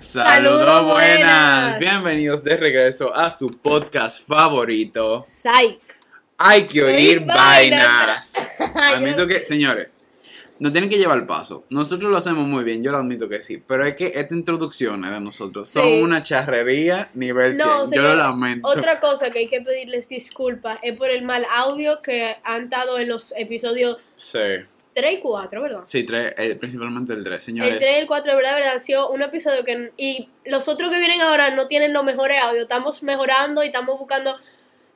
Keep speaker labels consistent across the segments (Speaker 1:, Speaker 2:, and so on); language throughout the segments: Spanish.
Speaker 1: Saludos buenas.
Speaker 2: buenas.
Speaker 1: Bienvenidos de regreso a su podcast favorito.
Speaker 2: Psych.
Speaker 1: Hay que oír
Speaker 2: Oír
Speaker 1: vainas.
Speaker 2: vainas.
Speaker 1: Admito que, señores, nos tienen que llevar al paso. Nosotros lo hacemos muy bien, yo lo admito que sí. Pero es que estas introducciones de nosotros son
Speaker 2: Sí.
Speaker 1: una charrería nivel 100.
Speaker 2: No,
Speaker 1: yo lo
Speaker 2: señor,
Speaker 1: lamento.
Speaker 2: Otra cosa que hay que pedirles disculpas es por el mal audio que han dado en los episodios
Speaker 1: Sí,
Speaker 2: 3 y 4, ¿verdad?
Speaker 1: sí tres, eh, principalmente el 3. Señores,
Speaker 2: El 3 y el 4, de verdad, de verdad, ha sido un episodio que... Y los otros que vienen ahora no tienen los mejores audios. Estamos mejorando y estamos buscando...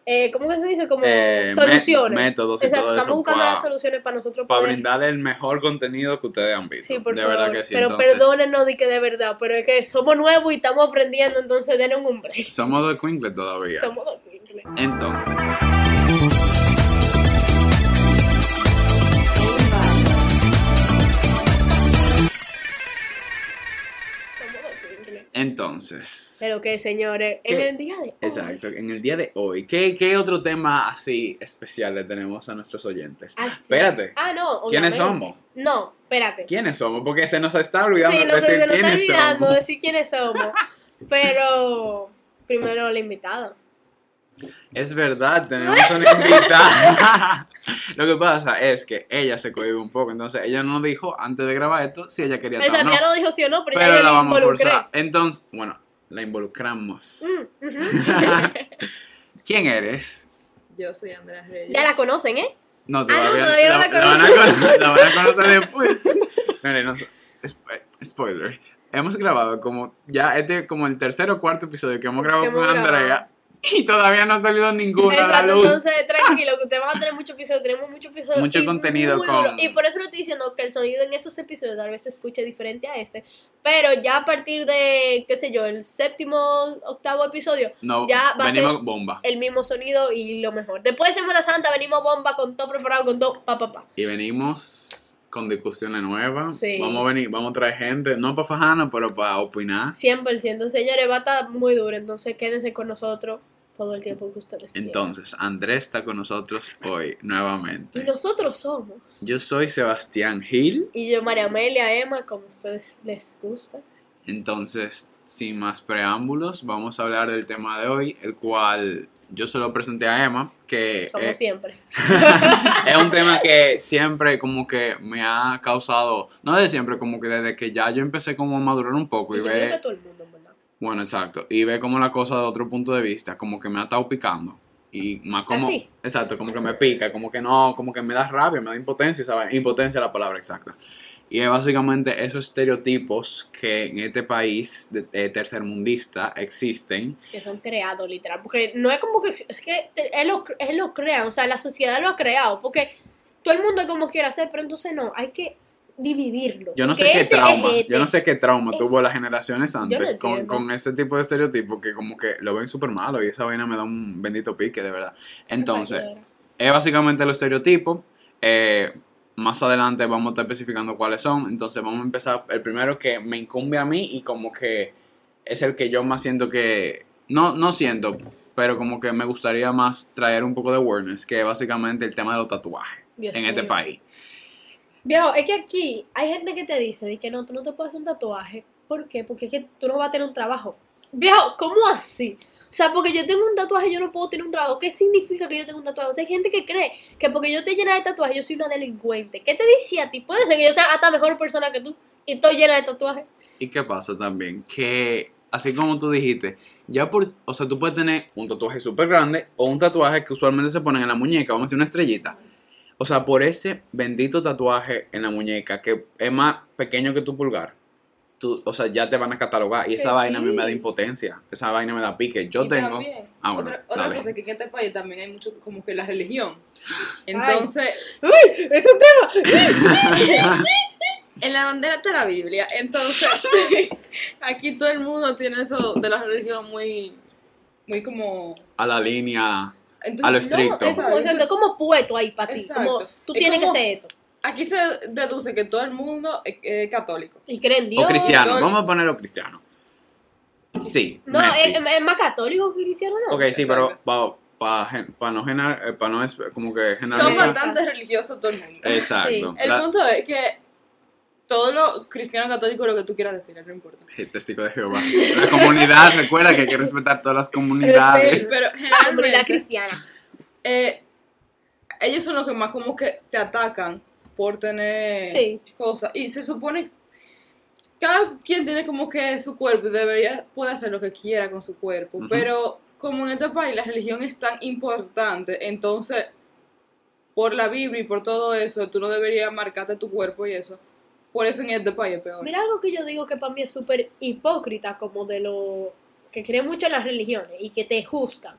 Speaker 2: eh, ¿Cómo que se dice? Como
Speaker 1: eh, me-
Speaker 2: soluciones.
Speaker 1: métodos y
Speaker 2: Exacto,
Speaker 1: todo
Speaker 2: estamos
Speaker 1: eso
Speaker 2: buscando
Speaker 1: pa-
Speaker 2: las soluciones para nosotros
Speaker 1: para
Speaker 2: poder...
Speaker 1: brindar el mejor contenido que ustedes han visto.
Speaker 2: Sí, por
Speaker 1: de
Speaker 2: favor.
Speaker 1: verdad que sí.
Speaker 2: pero
Speaker 1: entonces,
Speaker 2: perdónenos de que de verdad, pero es que somos nuevos y estamos aprendiendo, entonces denos un break.
Speaker 1: Somos de Quincle todavía.
Speaker 2: Somos dos mil.
Speaker 1: Entonces,
Speaker 2: Somos dos mil.
Speaker 1: entonces.
Speaker 2: Pero que señores, en
Speaker 1: ¿Qué?
Speaker 2: el día de hoy,
Speaker 1: Exacto, en el día de hoy, ¿qué, qué otro tema así especial le tenemos a nuestros oyentes?
Speaker 2: así-
Speaker 1: Espérate,
Speaker 2: Ah, no.
Speaker 1: ¿quiénes
Speaker 2: obviamente.
Speaker 1: somos?
Speaker 2: No, espérate.
Speaker 1: ¿Quiénes somos? Porque se nos está olvidando
Speaker 2: Sí, no
Speaker 1: decir
Speaker 2: sé, se nos está
Speaker 1: quiénes
Speaker 2: olvidando
Speaker 1: somos.
Speaker 2: decir quiénes somos. Pero primero la invitada.
Speaker 1: Es verdad, tenemos una invitada. Lo que pasa es que ella se cohibe un poco, entonces ella no nos dijo antes de grabar esto si ella quería estar o
Speaker 2: Esa
Speaker 1: no,
Speaker 2: ya no dijo sí o no, pero,
Speaker 1: pero
Speaker 2: ya
Speaker 1: la
Speaker 2: la
Speaker 1: vamos a
Speaker 2: involucré.
Speaker 1: forzar. Entonces, bueno, la involucramos.
Speaker 2: Mm, ujú.
Speaker 1: ¿Quién eres?
Speaker 3: Yo soy Andrea Reyes.
Speaker 2: ya la conocen, ¿eh?
Speaker 1: No,
Speaker 2: Ah, no,
Speaker 1: todavía,
Speaker 2: todavía no la
Speaker 1: van a conocer, la van a conocer después. Señores, no sé, spo- spoiler. Hemos grabado como ya este es como el tercer o cuarto episodio que hemos grabado
Speaker 2: Que
Speaker 1: con
Speaker 2: hemos grabado.
Speaker 1: Andrea y todavía no ha salido ninguno a la
Speaker 2: Exacto,
Speaker 1: luz.
Speaker 2: entonces tranquilo, que ustedes van a tener muchos episodios, tenemos muchos episodios.
Speaker 1: Mucho
Speaker 2: y
Speaker 1: contenido
Speaker 2: muy duro.
Speaker 1: con-
Speaker 2: Y por eso le estoy diciendo que el sonido en esos episodios tal vez se escuche diferente a este, pero ya a partir de, qué sé yo, el séptimo, octavo episodio,
Speaker 1: No,
Speaker 2: ya va a
Speaker 1: venimos
Speaker 2: ser-
Speaker 1: bomba
Speaker 2: el mismo sonido y lo mejor. Después de Semana Santa venimos bomba con todo preparado, con todo pa pa pa.
Speaker 1: y venimos con discusiones nuevas.
Speaker 2: Sí.
Speaker 1: Vamos a venir, vamos a traer gente, no para fajarnos, pero para opinar.
Speaker 2: 100%, señores, va a estar muy duro, entonces quédense con nosotros todo el tiempo que ustedes quieran.
Speaker 1: Entonces, Andrés está con nosotros hoy
Speaker 2: Y
Speaker 1: nuevamente.
Speaker 2: nosotros somos.
Speaker 1: Yo soy Sebastián Gil.
Speaker 2: Y yo, María Amelia, Emma, como a ustedes les gusta.
Speaker 1: Entonces, sin más preámbulos, vamos a hablar del tema de hoy, el cual yo se lo presenté a Emma, que
Speaker 2: Como
Speaker 1: es,
Speaker 2: siempre.
Speaker 1: es un tema que siempre como que me ha causado, no de siempre, como que desde que ya yo empecé como a madurar un poco y
Speaker 2: Y yo creo que
Speaker 1: ver,
Speaker 2: todo el mundo, en ¿verdad?
Speaker 1: bueno, exacto, y ver como la cosa de otro punto de vista, como que me ha estado picando. Y más como,
Speaker 2: Así.
Speaker 1: exacto, como que me pica, como que no, como que me da rabia, me da impotencia, ¿sabes? Impotencia es la palabra exacta. Y es básicamente esos estereotipos que en este país de- eh, tercermundista existen.
Speaker 2: que son creados, literal. Porque no es como que. Es que te- él lo, él lo crea, o sea, la sociedad lo ha creado. Porque todo el mundo es como quiere hacer, pero entonces no, hay que dividirlo.
Speaker 1: Yo no sé
Speaker 2: porque
Speaker 1: qué
Speaker 2: este es
Speaker 1: trauma,
Speaker 2: este.
Speaker 1: yo no sé qué trauma
Speaker 2: Es-
Speaker 1: tuvo las generaciones
Speaker 2: Yo
Speaker 1: antes
Speaker 2: no
Speaker 1: con,
Speaker 2: entiendo.
Speaker 1: con ese tipo de estereotipos que como que lo ven súper malo y esa vaina me da un bendito pique, de verdad. Entonces, es básicamente los estereotipos. eh, más adelante vamos a estar especificando cuáles son. Entonces vamos a empezar. El primero que me incumbe a mí y como que es el que yo más siento que... No, no siento, pero como que me gustaría más traer un poco de awareness, que es básicamente el tema de los tatuajes
Speaker 2: Dios
Speaker 1: en
Speaker 2: mío.
Speaker 1: este país.
Speaker 2: Viejo, es que aquí hay gente que te dice de que no, tú no te puedes hacer un tatuaje. ¿Por qué? Porque es que tú no vas a tener un trabajo. Viejo, ¿cómo así? O sea, porque yo tengo un tatuaje, yo no puedo tener un trabajo. ¿Qué significa que yo tengo un tatuaje? O sea, hay gente que cree que porque yo te llena de tatuajes, yo soy una delincuente. ¿Qué te dice a ti? Puede ser que yo sea hasta mejor persona que tú y estoy llena de tatuajes.
Speaker 1: ¿Y qué pasa también? Que, así como tú dijiste, ya por... O sea, tú puedes tener un tatuaje súper grande o un tatuaje que usualmente se ponen en la muñeca, vamos a decir una estrellita. O sea, por ese bendito tatuaje en la muñeca que es más pequeño que tu pulgar, tú, o sea, ya te van a catalogar. Y
Speaker 2: Que
Speaker 1: esa vaina a mí
Speaker 2: sí.
Speaker 1: me da impotencia. Esa vaina me da pique. Yo
Speaker 3: Y
Speaker 1: tengo...
Speaker 3: también,
Speaker 1: Ah, bueno,
Speaker 3: otra, otra
Speaker 1: dale.
Speaker 3: cosa es que en este país también hay mucho como que la religión. Entonces,
Speaker 2: ¡Es un tema!
Speaker 3: en la bandera está la Biblia. Entonces, aquí todo el mundo tiene eso de la religión muy, muy como...
Speaker 1: A la línea...
Speaker 3: Entonces,
Speaker 1: A lo
Speaker 3: no,
Speaker 1: estricto.
Speaker 2: Es como,
Speaker 3: exacto.
Speaker 2: es como puesto ahí para ti.
Speaker 3: Exacto.
Speaker 2: Como tú
Speaker 3: Es
Speaker 2: tienes
Speaker 3: como-
Speaker 2: que ser esto.
Speaker 3: Aquí se deduce que todo el mundo es, es católico.
Speaker 2: Y creen en Dios.
Speaker 1: O cristiano.
Speaker 3: Dios.
Speaker 1: Vamos a ponerlo cristiano. Sí.
Speaker 2: No,
Speaker 1: Messi.
Speaker 2: es, es más católico que cristiano, ¿no?
Speaker 1: Ok, sí, pero
Speaker 3: Exacto.
Speaker 1: para no generar... para no es como que
Speaker 3: Son
Speaker 1: generalizar... Eh,
Speaker 3: bastante religiosos todo el mundo.
Speaker 1: Exacto.
Speaker 2: Sí.
Speaker 3: El
Speaker 1: La-
Speaker 3: punto es que todo lo cristiano católico, lo que tú quieras decir, no importa.
Speaker 1: Eh, Testigo de Jehová. La comunidad, recuerda que hay que respetar todas las comunidades.
Speaker 2: Respeto.
Speaker 3: Pero
Speaker 2: Comunidad
Speaker 3: generalmente,
Speaker 2: cristiana.
Speaker 3: eh, ellos son los que más como que te atacan por tener
Speaker 2: Sí.
Speaker 3: cosas. Y se supone, cada quien tiene como que su cuerpo y debería, puede hacer lo que quiera con su cuerpo.
Speaker 1: Ujú.
Speaker 3: Pero como en este país la religión es tan importante, entonces por la Biblia y por todo eso, tú no deberías marcarte tu cuerpo y eso. Por eso en este país es peor.
Speaker 2: Mira algo que yo digo que para mí es súper hipócrita, como de lo que creen mucho en las religiones y que te juzgan.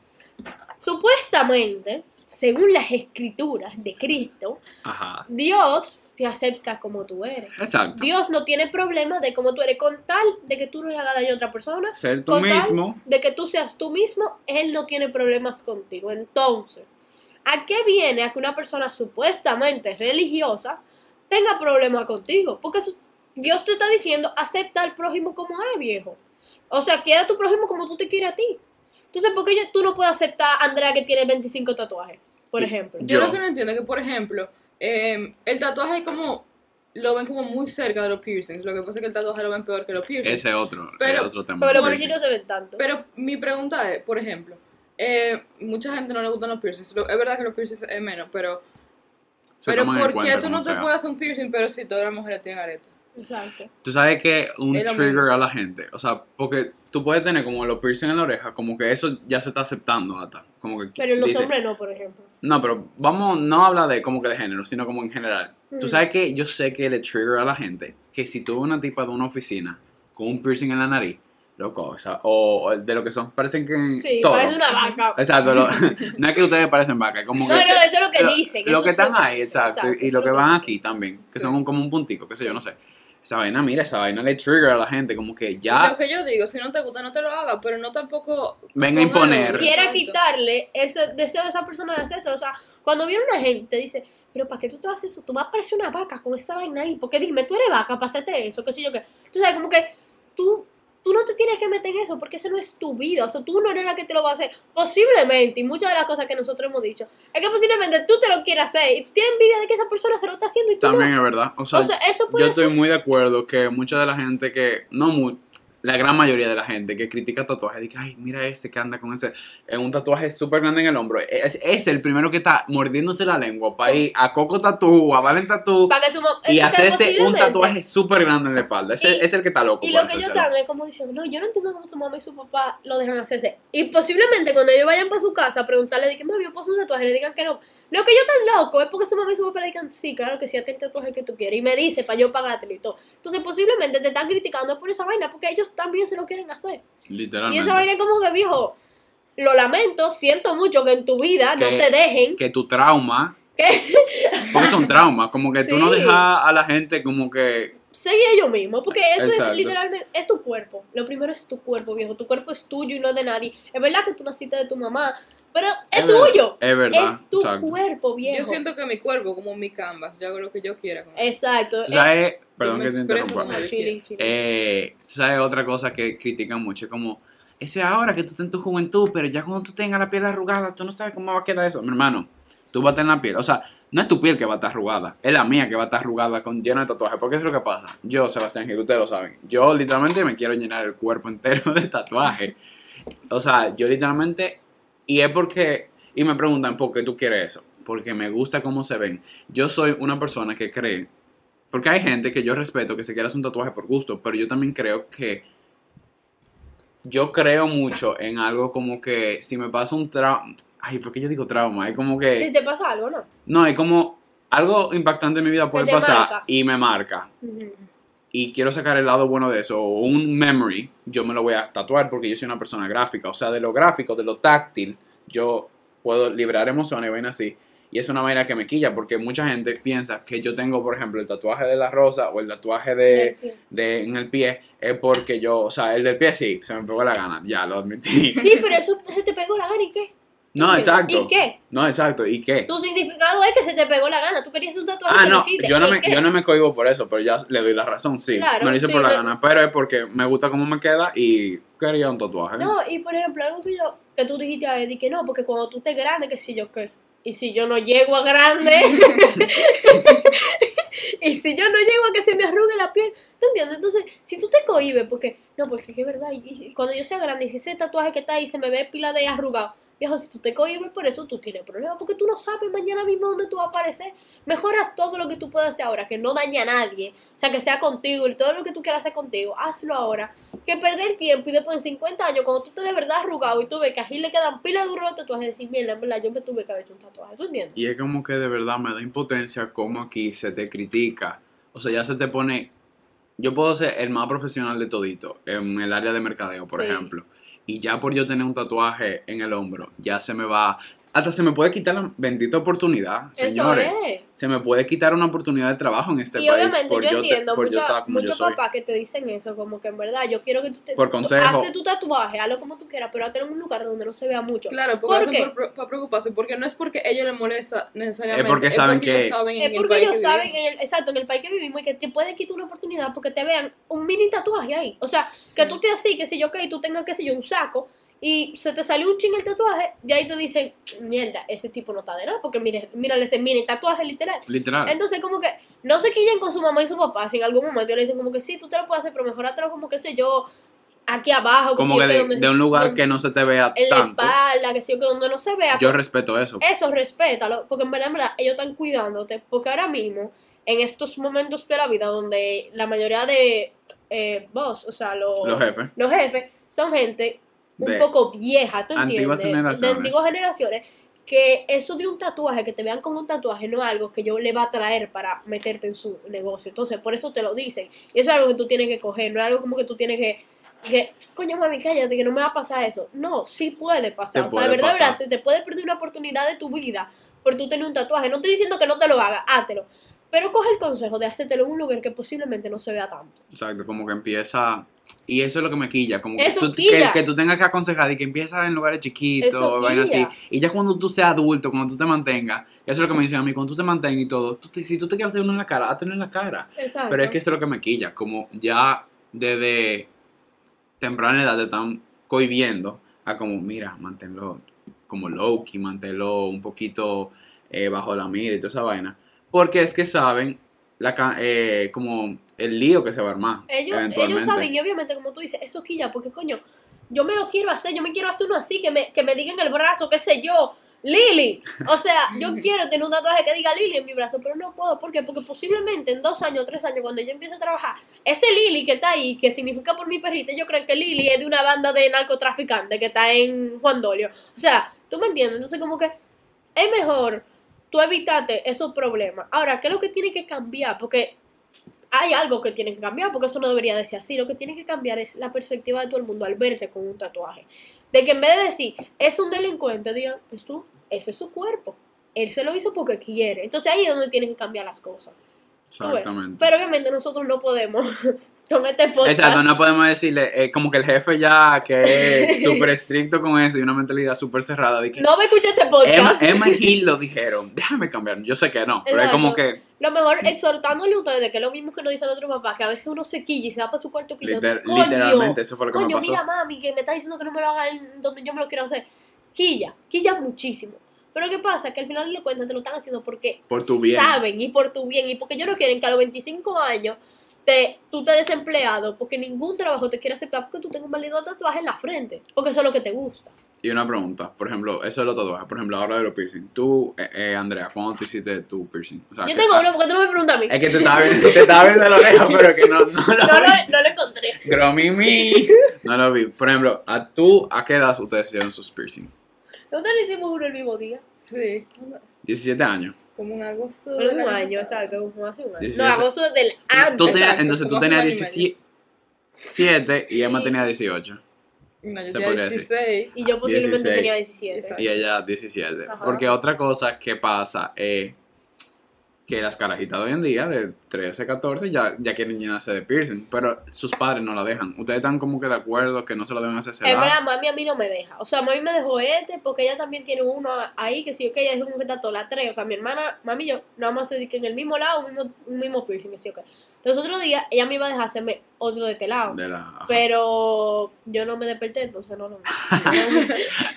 Speaker 2: Supuestamente, según las escrituras de Cristo,
Speaker 1: Ajá.
Speaker 2: Dios te acepta como tú eres.
Speaker 1: Exacto.
Speaker 2: Dios no tiene problema de cómo tú eres, con tal de que tú no le hagas daño a otra persona,
Speaker 1: Ser tú
Speaker 2: con tal-
Speaker 1: mismo.
Speaker 2: de que tú seas tú mismo, Él no tiene problemas contigo. Entonces, ¿a qué viene a que una persona supuestamente religiosa tenga problemas contigo? Porque eso- Dios te está diciendo, acepta al prójimo como es, viejo. O sea, quiere a tu prójimo como tú te quieres a ti. Entonces, ¿por qué yo- tú no puedes aceptar a Andrea que tiene 25 tatuajes, por
Speaker 1: Y-
Speaker 2: ejemplo?
Speaker 3: Yo,
Speaker 1: Yo.
Speaker 3: lo que no entiendo es que, por ejemplo, eh, el tatuaje como lo ven como muy cerca de los piercings. Lo que pasa es que el tatuaje lo ven peor que los piercings.
Speaker 1: Ese otro,
Speaker 3: Pero-
Speaker 1: eh, otro tema.
Speaker 2: Pero los
Speaker 1: Sí,
Speaker 2: pobrecitos
Speaker 1: sí.
Speaker 2: se ven tanto.
Speaker 3: Pero mi pregunta es, por ejemplo, eh, mucha gente no le gustan los piercings. Lo- es verdad que los piercings es menos, pero,
Speaker 1: Se
Speaker 3: pero
Speaker 1: toman en
Speaker 3: ¿por
Speaker 1: cuenta
Speaker 3: qué tú
Speaker 1: como
Speaker 3: no te
Speaker 1: sea.
Speaker 3: puedes hacer un piercing, pero si todas las mujeres tienen aretes?
Speaker 2: Exacto.
Speaker 1: Tú sabes que un
Speaker 3: Es lo
Speaker 1: trigger
Speaker 3: mismo.
Speaker 1: a la gente, o sea, porque tú puedes tener como los piercing en la oreja, como que eso ya se está aceptando hasta, como que
Speaker 2: Pero los
Speaker 1: dice-
Speaker 2: hombres no, por ejemplo.
Speaker 1: No, pero vamos, no habla de como que de género, sino como en general. Tú
Speaker 2: Mm.
Speaker 1: sabes que yo sé que le trigger a la gente que si tú ves una tipa de una oficina con un piercing en la nariz, loco, o, sea, o, o de lo que son, parecen que
Speaker 2: Sí,
Speaker 1: todo.
Speaker 2: parece una vaca.
Speaker 1: Exacto, lo- no es que ustedes parecen vaca, es como
Speaker 2: No, no,
Speaker 1: que
Speaker 2: eso es lo que
Speaker 1: lo-
Speaker 2: dicen.
Speaker 1: lo
Speaker 2: eso
Speaker 1: que
Speaker 2: es lo
Speaker 1: están ahí,
Speaker 2: dicen,
Speaker 1: exacto, y lo
Speaker 2: eso es
Speaker 1: que van
Speaker 2: dicen.
Speaker 1: aquí también, que
Speaker 3: Sí.
Speaker 1: son como un puntico, qué sé yo, no sé. Esa vaina, mira, esa vaina le trigger a la gente, como que
Speaker 3: Y Lo
Speaker 1: ya
Speaker 3: que yo digo, si no te gusta, no te lo hagas, pero no tampoco...
Speaker 1: venga a imponer.
Speaker 3: Quiero-
Speaker 2: quiera
Speaker 3: Exacto.
Speaker 2: quitarle ese deseo a esa persona de hacer eso. O sea, cuando viene una gente te dice, pero ¿para qué tú te haces eso? Tú vas a parecer una vaca con esa vaina ahí. Porque dime, tú eres vaca, pásate eso, qué sé yo qué. Tú sabes, como que tú, tú no te tienes que meter en eso porque esa no es tu vida. O sea, tú no eres la que te lo va a hacer. Posiblemente, y muchas de las cosas que nosotros hemos dicho, es que posiblemente tú te lo quieras hacer y tú tienes envidia de que esa persona se lo está haciendo y tú
Speaker 1: También
Speaker 2: no.
Speaker 1: es verdad, o sea,
Speaker 2: O sea, eso
Speaker 1: yo
Speaker 2: puede
Speaker 1: estoy
Speaker 2: ser.
Speaker 1: muy de acuerdo que mucha de la gente que, no mu- la gran mayoría de la gente que critica tatuajes, dice, ay, mira este que anda con ese, eh, un tatuaje súper grande en el hombro, E, es, es el primero que está mordiéndose la lengua para ir a Coco Tatú, a Valen Tatú,
Speaker 2: Para que su mam-
Speaker 1: y
Speaker 2: entonces,
Speaker 1: hacerse un
Speaker 2: posiblemente-
Speaker 1: tatuaje súper grande en la espalda, ese
Speaker 2: Y-
Speaker 1: es el que está loco.
Speaker 2: Y
Speaker 1: por
Speaker 2: lo que yo
Speaker 1: hacérselo.
Speaker 2: también es como diciendo, no, yo no entiendo cómo su mamá y su papá lo dejan hacerse. Y posiblemente cuando ellos vayan para su casa a preguntarle, de que mami, yo puedo hacer un tatuaje, le digan que no. Lo que yo tan loco es porque su mamá y su papá le digan, sí, claro que sí, hazte el tatuaje que tú quieres. Y me dice, para yo pagártelo y todo. Entonces posiblemente te están criticando por esa vaina porque ellos también se lo quieren hacer. Y
Speaker 1: Literalmente.
Speaker 2: esa vaina es como que, viejo, lo lamento, siento mucho que en tu vida
Speaker 1: Que-
Speaker 2: no te dejen.
Speaker 1: que tu trauma,
Speaker 2: Que
Speaker 1: porque son traumas, como que tú no
Speaker 2: Sí.
Speaker 1: dejas a la gente como que,
Speaker 2: seguir ellos mismos, porque eso
Speaker 1: Exacto.
Speaker 2: es literalmente, es tu cuerpo. Lo primero es tu cuerpo, viejo. Tu cuerpo es tuyo y no es de nadie. Es verdad que tú naciste de tu mamá, pero es,
Speaker 1: Es verdad,
Speaker 2: tuyo.
Speaker 1: es verdad,
Speaker 2: Es tu
Speaker 1: exacto.
Speaker 2: cuerpo, viejo. Eh,
Speaker 3: Yo siento que mi cuerpo, como mi canvas, yo hago lo que yo quiera. con él.
Speaker 2: Exacto.
Speaker 1: Tú sabes- perdón
Speaker 3: me
Speaker 1: que te
Speaker 3: expreso
Speaker 1: interrumpa,
Speaker 3: como-
Speaker 2: es- no, chilling, chilling.
Speaker 1: Eh, tú sabes otra cosa que critican mucho, es como, eso es ahora que tú estás en tu juventud, pero ya cuando tú tengas la piel arrugada, tú no sabes cómo va a quedar eso. Mi hermano, tú vas a tener la piel, o sea, no es tu piel que va a estar arrugada, es la mía que va a estar arrugada con llena de tatuajes, porque eso es lo que pasa. Yo, Sebastián Gil, ustedes lo saben, yo literalmente me quiero llenar el cuerpo entero de tatuajes. O sea, yo literalmente, y es porque, y me preguntan, ¿por qué tú quieres eso? Porque me gusta cómo se ven. Yo soy una persona que cree porque hay gente que yo respeto que se quiera hacer un tatuaje por gusto, pero yo también creo que. Yo creo mucho en algo como que si me pasa un trauma. Ay, ¿por qué yo digo trauma? Es como
Speaker 2: Si
Speaker 1: que.
Speaker 2: te pasa algo, ¿no?
Speaker 1: No, es como. Algo impactante en mi vida puede
Speaker 2: te
Speaker 1: pasar
Speaker 2: marca.
Speaker 1: y me marca.
Speaker 2: Ujú.
Speaker 1: Y quiero sacar el lado bueno de eso. O un memory, yo me lo voy a tatuar porque yo soy una persona gráfica. O sea, de lo gráfico, de lo táctil, yo puedo liberar emociones y vaina así. Y es una vaina que me quilla porque mucha gente piensa que yo tengo, por ejemplo, el tatuaje de la rosa o el tatuaje de de, en el pie es porque yo, o sea, el del pie sí, se me pegó la gana, ya lo admití.
Speaker 2: Sí, pero eso se te pegó la gana y qué.
Speaker 1: No, exacto.
Speaker 2: ¿Y qué?
Speaker 1: No, exacto, ¿y qué?
Speaker 2: Tu significado es que se te pegó la gana. Tú querías un tatuaje
Speaker 1: Ah,
Speaker 2: te lo
Speaker 1: no,
Speaker 2: hiciste.
Speaker 1: yo no,
Speaker 2: ¿Y
Speaker 1: me,
Speaker 2: qué?
Speaker 1: yo no me cohibo por eso, pero ya le doy la razón, sí.
Speaker 2: Claro,
Speaker 1: me lo hice
Speaker 2: sí,
Speaker 1: por la
Speaker 2: pero-
Speaker 1: gana, pero es porque me gusta cómo me queda y quería un tatuaje.
Speaker 2: No, y por ejemplo, algo que yo que tú dijiste a Eddie que no, porque cuando tú estés grande, que si yo qué. Y si yo no llego a grande, Y si yo no llego a que se me arrugue la piel, ¿te entiendes? Entonces, si tú te cohibes, porque, no, porque es que es verdad, y, y cuando yo sea grande y si ese tatuaje que está ahí se me ve pila de arrugado, viejo, si tú te cohibes por eso, tú tienes problemas, porque tú no sabes mañana mismo dónde tú vas a aparecer. Mejoras todo lo que tú puedas hacer ahora, que no daña a nadie, o sea, que sea contigo y todo lo que tú quieras hacer contigo, hazlo ahora. Que perder tiempo y después de 50 años, cuando tú te de verdad arrugado y tú ves que a Gil le quedan pila de duros tatuajes, decir, mierda, en verdad, yo me tuve que haber hecho un tatuaje, ¿tú entiendes?
Speaker 1: Y es como que de verdad me da impotencia como aquí se te critica. O sea, ya se te pone... Yo puedo ser el más profesional de todito en el área de mercadeo, por
Speaker 2: Sí.
Speaker 1: ejemplo. Y ya por yo tener un tatuaje en el hombro, ya se me va... Hasta se me puede quitar la bendita oportunidad, señores.
Speaker 2: Eso es.
Speaker 1: Se me puede quitar una oportunidad de trabajo en este
Speaker 2: y
Speaker 1: país
Speaker 2: obviamente yo,
Speaker 1: por yo, te-
Speaker 2: entiendo
Speaker 1: por yo
Speaker 2: mucho-
Speaker 1: estar como yo
Speaker 2: muchos
Speaker 1: soy.
Speaker 2: papás que te dicen eso, como que en verdad yo quiero que tú te
Speaker 1: Por
Speaker 2: tú
Speaker 1: consejo.
Speaker 2: haces tu tatuaje, hazlo como tú quieras, pero hazlo en un lugar donde no se vea mucho.
Speaker 3: Claro,
Speaker 2: ¿Por
Speaker 3: porque hacen
Speaker 2: qué?
Speaker 3: por, pro- por preocuparse, porque no es porque a ellos les molesta necesariamente.
Speaker 1: Es porque saben que-
Speaker 3: ellos saben
Speaker 2: es
Speaker 3: en el
Speaker 2: porque
Speaker 3: país
Speaker 2: ellos
Speaker 3: que
Speaker 2: saben,
Speaker 3: viven.
Speaker 2: en el- exacto, en el país que vivimos, y que te puede quitar una oportunidad porque te vean un mini tatuaje ahí. O sea, que
Speaker 3: Sí.
Speaker 2: tú te así, que si yo, que tú tengas, que si yo, un saco, y se te salió un ching el tatuaje, y ahí te dicen, mierda, ese tipo no está de nada, porque mire, mírale ese mini tatuaje literal.
Speaker 1: Literal.
Speaker 2: Entonces, como que no se quillen con su mamá y su papá. Si en algún momento le dicen, como que sí, tú te lo puedes hacer, pero mejorátelo, como que sé yo, aquí abajo. sé
Speaker 1: como
Speaker 2: yo
Speaker 1: que de,
Speaker 2: donde-
Speaker 1: de un lugar
Speaker 2: donde-
Speaker 1: que no se te vea
Speaker 2: En la
Speaker 1: tanto.
Speaker 2: espalda, que sé yo, que donde no se vea.
Speaker 1: Yo respeto eso.
Speaker 2: Eso, respétalo, porque en verdad, en verdad, ellos están cuidándote, porque ahora mismo, en estos momentos de la vida donde la mayoría de eh, vos, o sea, los,
Speaker 1: Los jefes.
Speaker 2: los jefes, son gente un
Speaker 1: De-
Speaker 2: poco vieja, ¿te
Speaker 1: Antiguas
Speaker 2: entiendes? De
Speaker 1: generaciones.
Speaker 2: antiguas generaciones, que eso de un tatuaje, que te vean con un tatuaje, no es algo que yo le va a traer para meterte en su negocio. Entonces, por eso te lo dicen. Y eso es algo que tú tienes que coger, no es algo como que tú tienes que... que, coño, mami, cállate, que no me va a pasar eso. No, sí puede pasar.
Speaker 1: Te
Speaker 2: o sea, de
Speaker 1: puede
Speaker 2: verdad, de verdad,
Speaker 1: pasar.
Speaker 2: se te puede perder una oportunidad de tu vida por tú tener un tatuaje. No estoy diciendo que no te lo hagas, hátelo. Pero coge el consejo de hacértelo en un lugar que posiblemente no se vea tanto.
Speaker 1: Exacto, como que empieza. Y eso es lo que me quilla. Como
Speaker 2: Eso
Speaker 1: que, tú,
Speaker 2: quilla.
Speaker 1: Que, que tú tengas que aconsejar y que empiezas en lugares
Speaker 2: Eso
Speaker 1: chiquitos, vainas así.
Speaker 2: quilla.
Speaker 1: Y ya cuando tú seas adulto, cuando tú te mantengas, eso es lo que me dicen a mí, cuando tú te mantengas y todo, tú te- si tú te quieres hacer uno en la cara, hazte uno en la cara.
Speaker 2: Exacto.
Speaker 1: Pero es que eso es lo que me quilla. Como ya desde temprana edad te están cohibiendo a como, mira, manténlo como low-key, manténlo un poquito eh, bajo la mira y toda esa vaina. Porque es que saben la, ca- eh, como el lío que se va a armar.
Speaker 2: Ellos,
Speaker 1: eventualmente.
Speaker 2: ellos saben, y obviamente, como tú dices, eso quilla, porque coño, yo me lo quiero hacer, yo me quiero hacer uno así, que me, que me diga en el brazo, qué sé yo, Lili. O sea, yo quiero tener un tatuaje que diga Lili en mi brazo, pero no puedo, ¿por qué? Porque posiblemente en dos años, tres años, cuando yo empiece a trabajar, ese Lili que está ahí, que significa por mi perrita, yo creo que Lili es de una banda de narcotraficantes que está en Juan Dolio. O sea, tú me entiendes, entonces como que es mejor tú evitarte esos problemas. Ahora, ¿qué es lo que tiene que cambiar? Porque hay algo que tiene que cambiar, porque eso no debería de ser así. Lo que tiene que cambiar es la perspectiva de todo el mundo al verte con un tatuaje. De que en vez de decir, es un delincuente, digan, es tú, ese es su cuerpo. Él se lo hizo porque quiere. Entonces ahí es donde tienen que cambiar las cosas. pues.
Speaker 1: Exactamente.
Speaker 2: Pero obviamente nosotros no podemos con este podcast.
Speaker 1: Exacto, no podemos decirle, eh, como que el jefe ya que es súper estricto con eso y una mentalidad súper cerrada de que
Speaker 2: No me escuches este podcast.
Speaker 1: Emma, Emma y Gil lo dijeron, déjame cambiar, yo sé que no, pero es como que
Speaker 2: Lo mejor exhortándole a ustedes, de que es lo mismo que nos dicen otros papás, que a veces uno se quilla y se va para su cuarto que
Speaker 1: liter- literalmente eso fue lo que me
Speaker 2: Coño,
Speaker 1: pasó.
Speaker 2: mira, mami, que me está diciendo que no me lo haga en donde yo me lo quiero hacer. Quilla, quilla muchísimo. Pero ¿qué pasa? Que al final de cuentas te lo están haciendo porque
Speaker 1: Por tu bien.
Speaker 2: saben y por tu bien. Y porque ellos no quieren que a los 25 años te, tú te desempleado porque ningún trabajo te quiere aceptar porque tú tengas un válido tatuaje en la frente. Porque eso es lo que te gusta.
Speaker 1: Y una pregunta, por ejemplo, eso es lo tatuaje, por ejemplo, ahora de los piercing. Tú, eh, eh, Andrea, ¿cuándo tú hiciste tu piercing? O sea,
Speaker 2: Yo
Speaker 1: que- ah,
Speaker 2: tengo uno porque tú no me preguntas a mí.
Speaker 1: Es que te estaba viendo, te estaba viendo la oreja, pero que no, no lo
Speaker 2: No,
Speaker 1: vi.
Speaker 2: lo, no lo encontré.
Speaker 1: Gromimi. No lo vi. Por ejemplo, ¿a tú a qué edad ustedes hicieron sus piercing?
Speaker 2: Nosotros le hicimos uno el mismo día.
Speaker 3: Sí,
Speaker 1: 17 años.
Speaker 3: como en agosto.
Speaker 2: Fue
Speaker 3: del
Speaker 2: Un
Speaker 3: año
Speaker 2: año,
Speaker 3: pasado.
Speaker 2: exacto, como hace un año. No,
Speaker 1: Diecisiete.
Speaker 2: agosto del año.
Speaker 1: Tú tenías-
Speaker 3: Exacto,
Speaker 1: entonces tú
Speaker 3: como
Speaker 1: tenías
Speaker 3: hace un año y medio.
Speaker 1: 17 y Emma tenía 18.
Speaker 3: No, yo
Speaker 1: Se
Speaker 3: tenía
Speaker 1: podría decir.
Speaker 3: 16.
Speaker 2: Y yo posiblemente
Speaker 1: 16.
Speaker 2: tenía 17.
Speaker 3: Exacto.
Speaker 1: Y ella 17.
Speaker 3: Ajá.
Speaker 1: Porque otra cosa que pasa es que las carajitas de hoy en día, de 13, 14, ya, ya quieren llenarse de piercing. Pero sus padres no la dejan. Ustedes están como que de acuerdo que no se lo deben hacer a esa
Speaker 2: Es
Speaker 1: edad?
Speaker 2: verdad, mami a mí no me deja. O sea, mami me dejó este porque ella también tiene uno ahí que si yo que ella es un tatuaje la tres. O sea, mi hermana, mami y yo, nada más se que en el mismo lado, un mismo, un mismo piercing, que sí, ok. Los otros días ella me iba a dejar hacerme otro de este lado.
Speaker 1: De la- ajá.
Speaker 2: Pero yo no me desperté, entonces no lo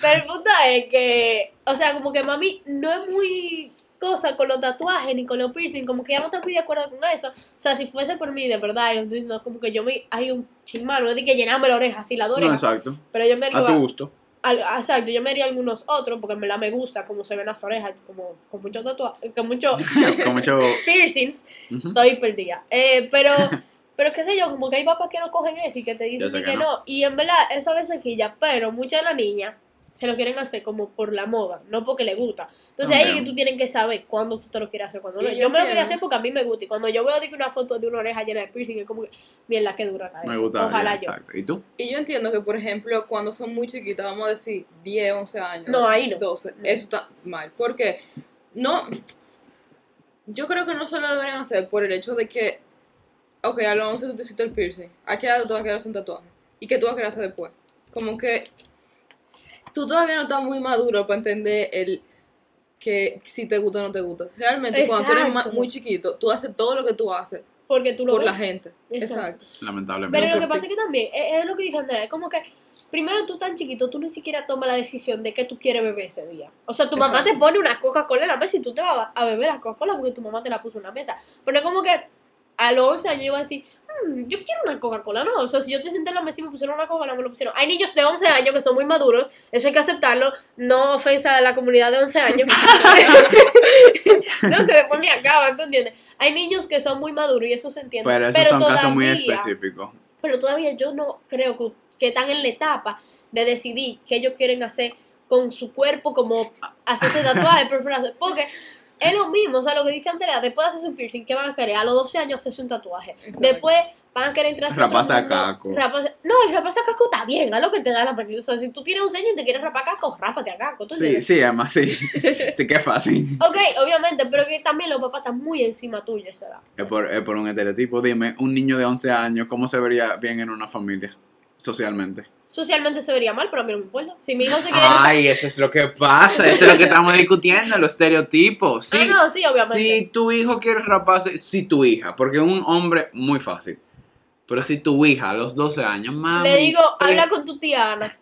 Speaker 2: Pero el punto es que, o sea, como que mami no es muy cosa con los tatuajes ni con los piercing, como que ya no estoy muy de acuerdo con eso. O sea, si fuese por mí, de verdad, yo estoy diciendo como que yo me haría un chismano, no es de que llenarme la oreja, así la oreja.
Speaker 1: No, exacto.
Speaker 2: Pero yo me haría,
Speaker 1: A tu gusto.
Speaker 2: al- exacto, yo me haría algunos otros, porque en verdad me gusta cómo se ven las orejas, como con mucho tatuaje, con mucho
Speaker 1: Con mucho.
Speaker 2: piercings,
Speaker 1: Ujú.
Speaker 2: estoy perdida. Eh, pero, pero qué sé yo, como que hay papás que no cogen eso y que te dicen
Speaker 1: Yo sé
Speaker 2: que,
Speaker 1: que
Speaker 2: no. Y en verdad, eso a veces quilla, pero muchas de las niñas se lo quieren hacer como por la moda, no porque les gusta. Entonces ahí
Speaker 1: También.
Speaker 2: tú tienes que saber cuándo tú te lo quieres hacer, cuándo no.
Speaker 3: Y
Speaker 2: Yo,
Speaker 3: yo
Speaker 2: me lo quería
Speaker 3: entiendo.
Speaker 2: hacer porque a mí me gusta. Y cuando yo veo de que una foto de una oreja llena de piercing, es como que, mierda, qué dura cabeza.
Speaker 1: Me gusta.
Speaker 2: Ojalá
Speaker 1: ya,
Speaker 2: yo.
Speaker 1: Exacto. ¿Y tú?
Speaker 3: Y yo entiendo que, por ejemplo, cuando son muy chiquitas, vamos a decir 10, 11 años.
Speaker 2: No, ahí no.
Speaker 3: 12. Eso está mal. Porque no. Yo creo que no se lo deberían hacer por el hecho de que. Ok, a los 11 tú te hiciste el piercing. ¿A qué edad tú te vas a quedar sin tatuaje? ¿Y qué tú vas a querer hacer después? Como que. Tú todavía no estás muy maduro para entender el. Que si te gusta o no te gusta. Realmente, cuando tú eres ma-
Speaker 2: Exacto.
Speaker 3: muy chiquito, tú haces todo lo que tú haces
Speaker 2: Porque tú lo
Speaker 3: por
Speaker 2: ves.
Speaker 3: la gente.
Speaker 2: Exacto.
Speaker 3: Exacto.
Speaker 1: Lamentablemente.
Speaker 2: Pero lo
Speaker 3: Porque
Speaker 2: que pasa
Speaker 3: te-
Speaker 2: es que también, e, es, es lo que dije Andrea, es como que primero tú tan chiquito, tú ni siquiera tomas la decisión de que tú quieres beber ese día. O sea, tu mamá
Speaker 3: Exacto.
Speaker 2: te pone una Coca-Cola en la mesa y tú te vas a beber la Coca-Cola porque tu mamá te la puso en la mesa. Pero es como que a los 11 años yo iba a decir, "Mm, yo quiero una Coca-Cola, no. O sea, si yo te senté en la mesa y me pusieron una Coca-Cola, me lo pusieron. Hay niños de 11 años que son muy maduros, eso hay que aceptarlo. No ofensa a la comunidad de 11 años. no, que después me acaban, ¿tú entiendes? Hay niños que son muy maduros y eso se entiende.
Speaker 1: Pero esos son casos muy
Speaker 2: todavía-
Speaker 1: específicos.
Speaker 2: pero todavía yo no creo que, que están en la etapa de decidir qué ellos quieren hacer con su cuerpo, como hacerse tatuajes, perforarse, porque es lo mismo, o sea, lo que dice Andrea, después de hacerse un piercing, ¿qué van a querer? A los 12 años hacerse un tatuaje.
Speaker 3: Exacto.
Speaker 2: Después van a querer entrar a
Speaker 1: Raparse a caco.
Speaker 2: Raparse- no, y raparse a caco está bien, es lo que te da la partida. O sea, si tú tienes un sueño y te quieres rapar a caco, rápate a caco. ¿tú
Speaker 1: Sí,
Speaker 2: entiendes?
Speaker 1: sí, además sí. sí que es fácil.
Speaker 2: Ok, obviamente, pero que también los papás están muy encima tuyo a esa edad.
Speaker 1: Es por, es por un estereotipo. Dime, un niño de 11 años, ¿cómo se vería bien en una familia? Socialmente.
Speaker 2: Socialmente se vería mal, pero a mí no me importa. Si mi hijo se quiere...
Speaker 1: Ay, eso es lo que pasa. Eso es lo que estamos discutiendo, los estereotipos. Sí,
Speaker 2: ah, no, sí, obviamente.
Speaker 1: Si tu hijo quiere raparse, si tu hija, porque un hombre muy fácil. Pero si tu hija a los 12 años, mami.
Speaker 2: Le digo,
Speaker 1: pre-
Speaker 2: habla con tu tía Ana.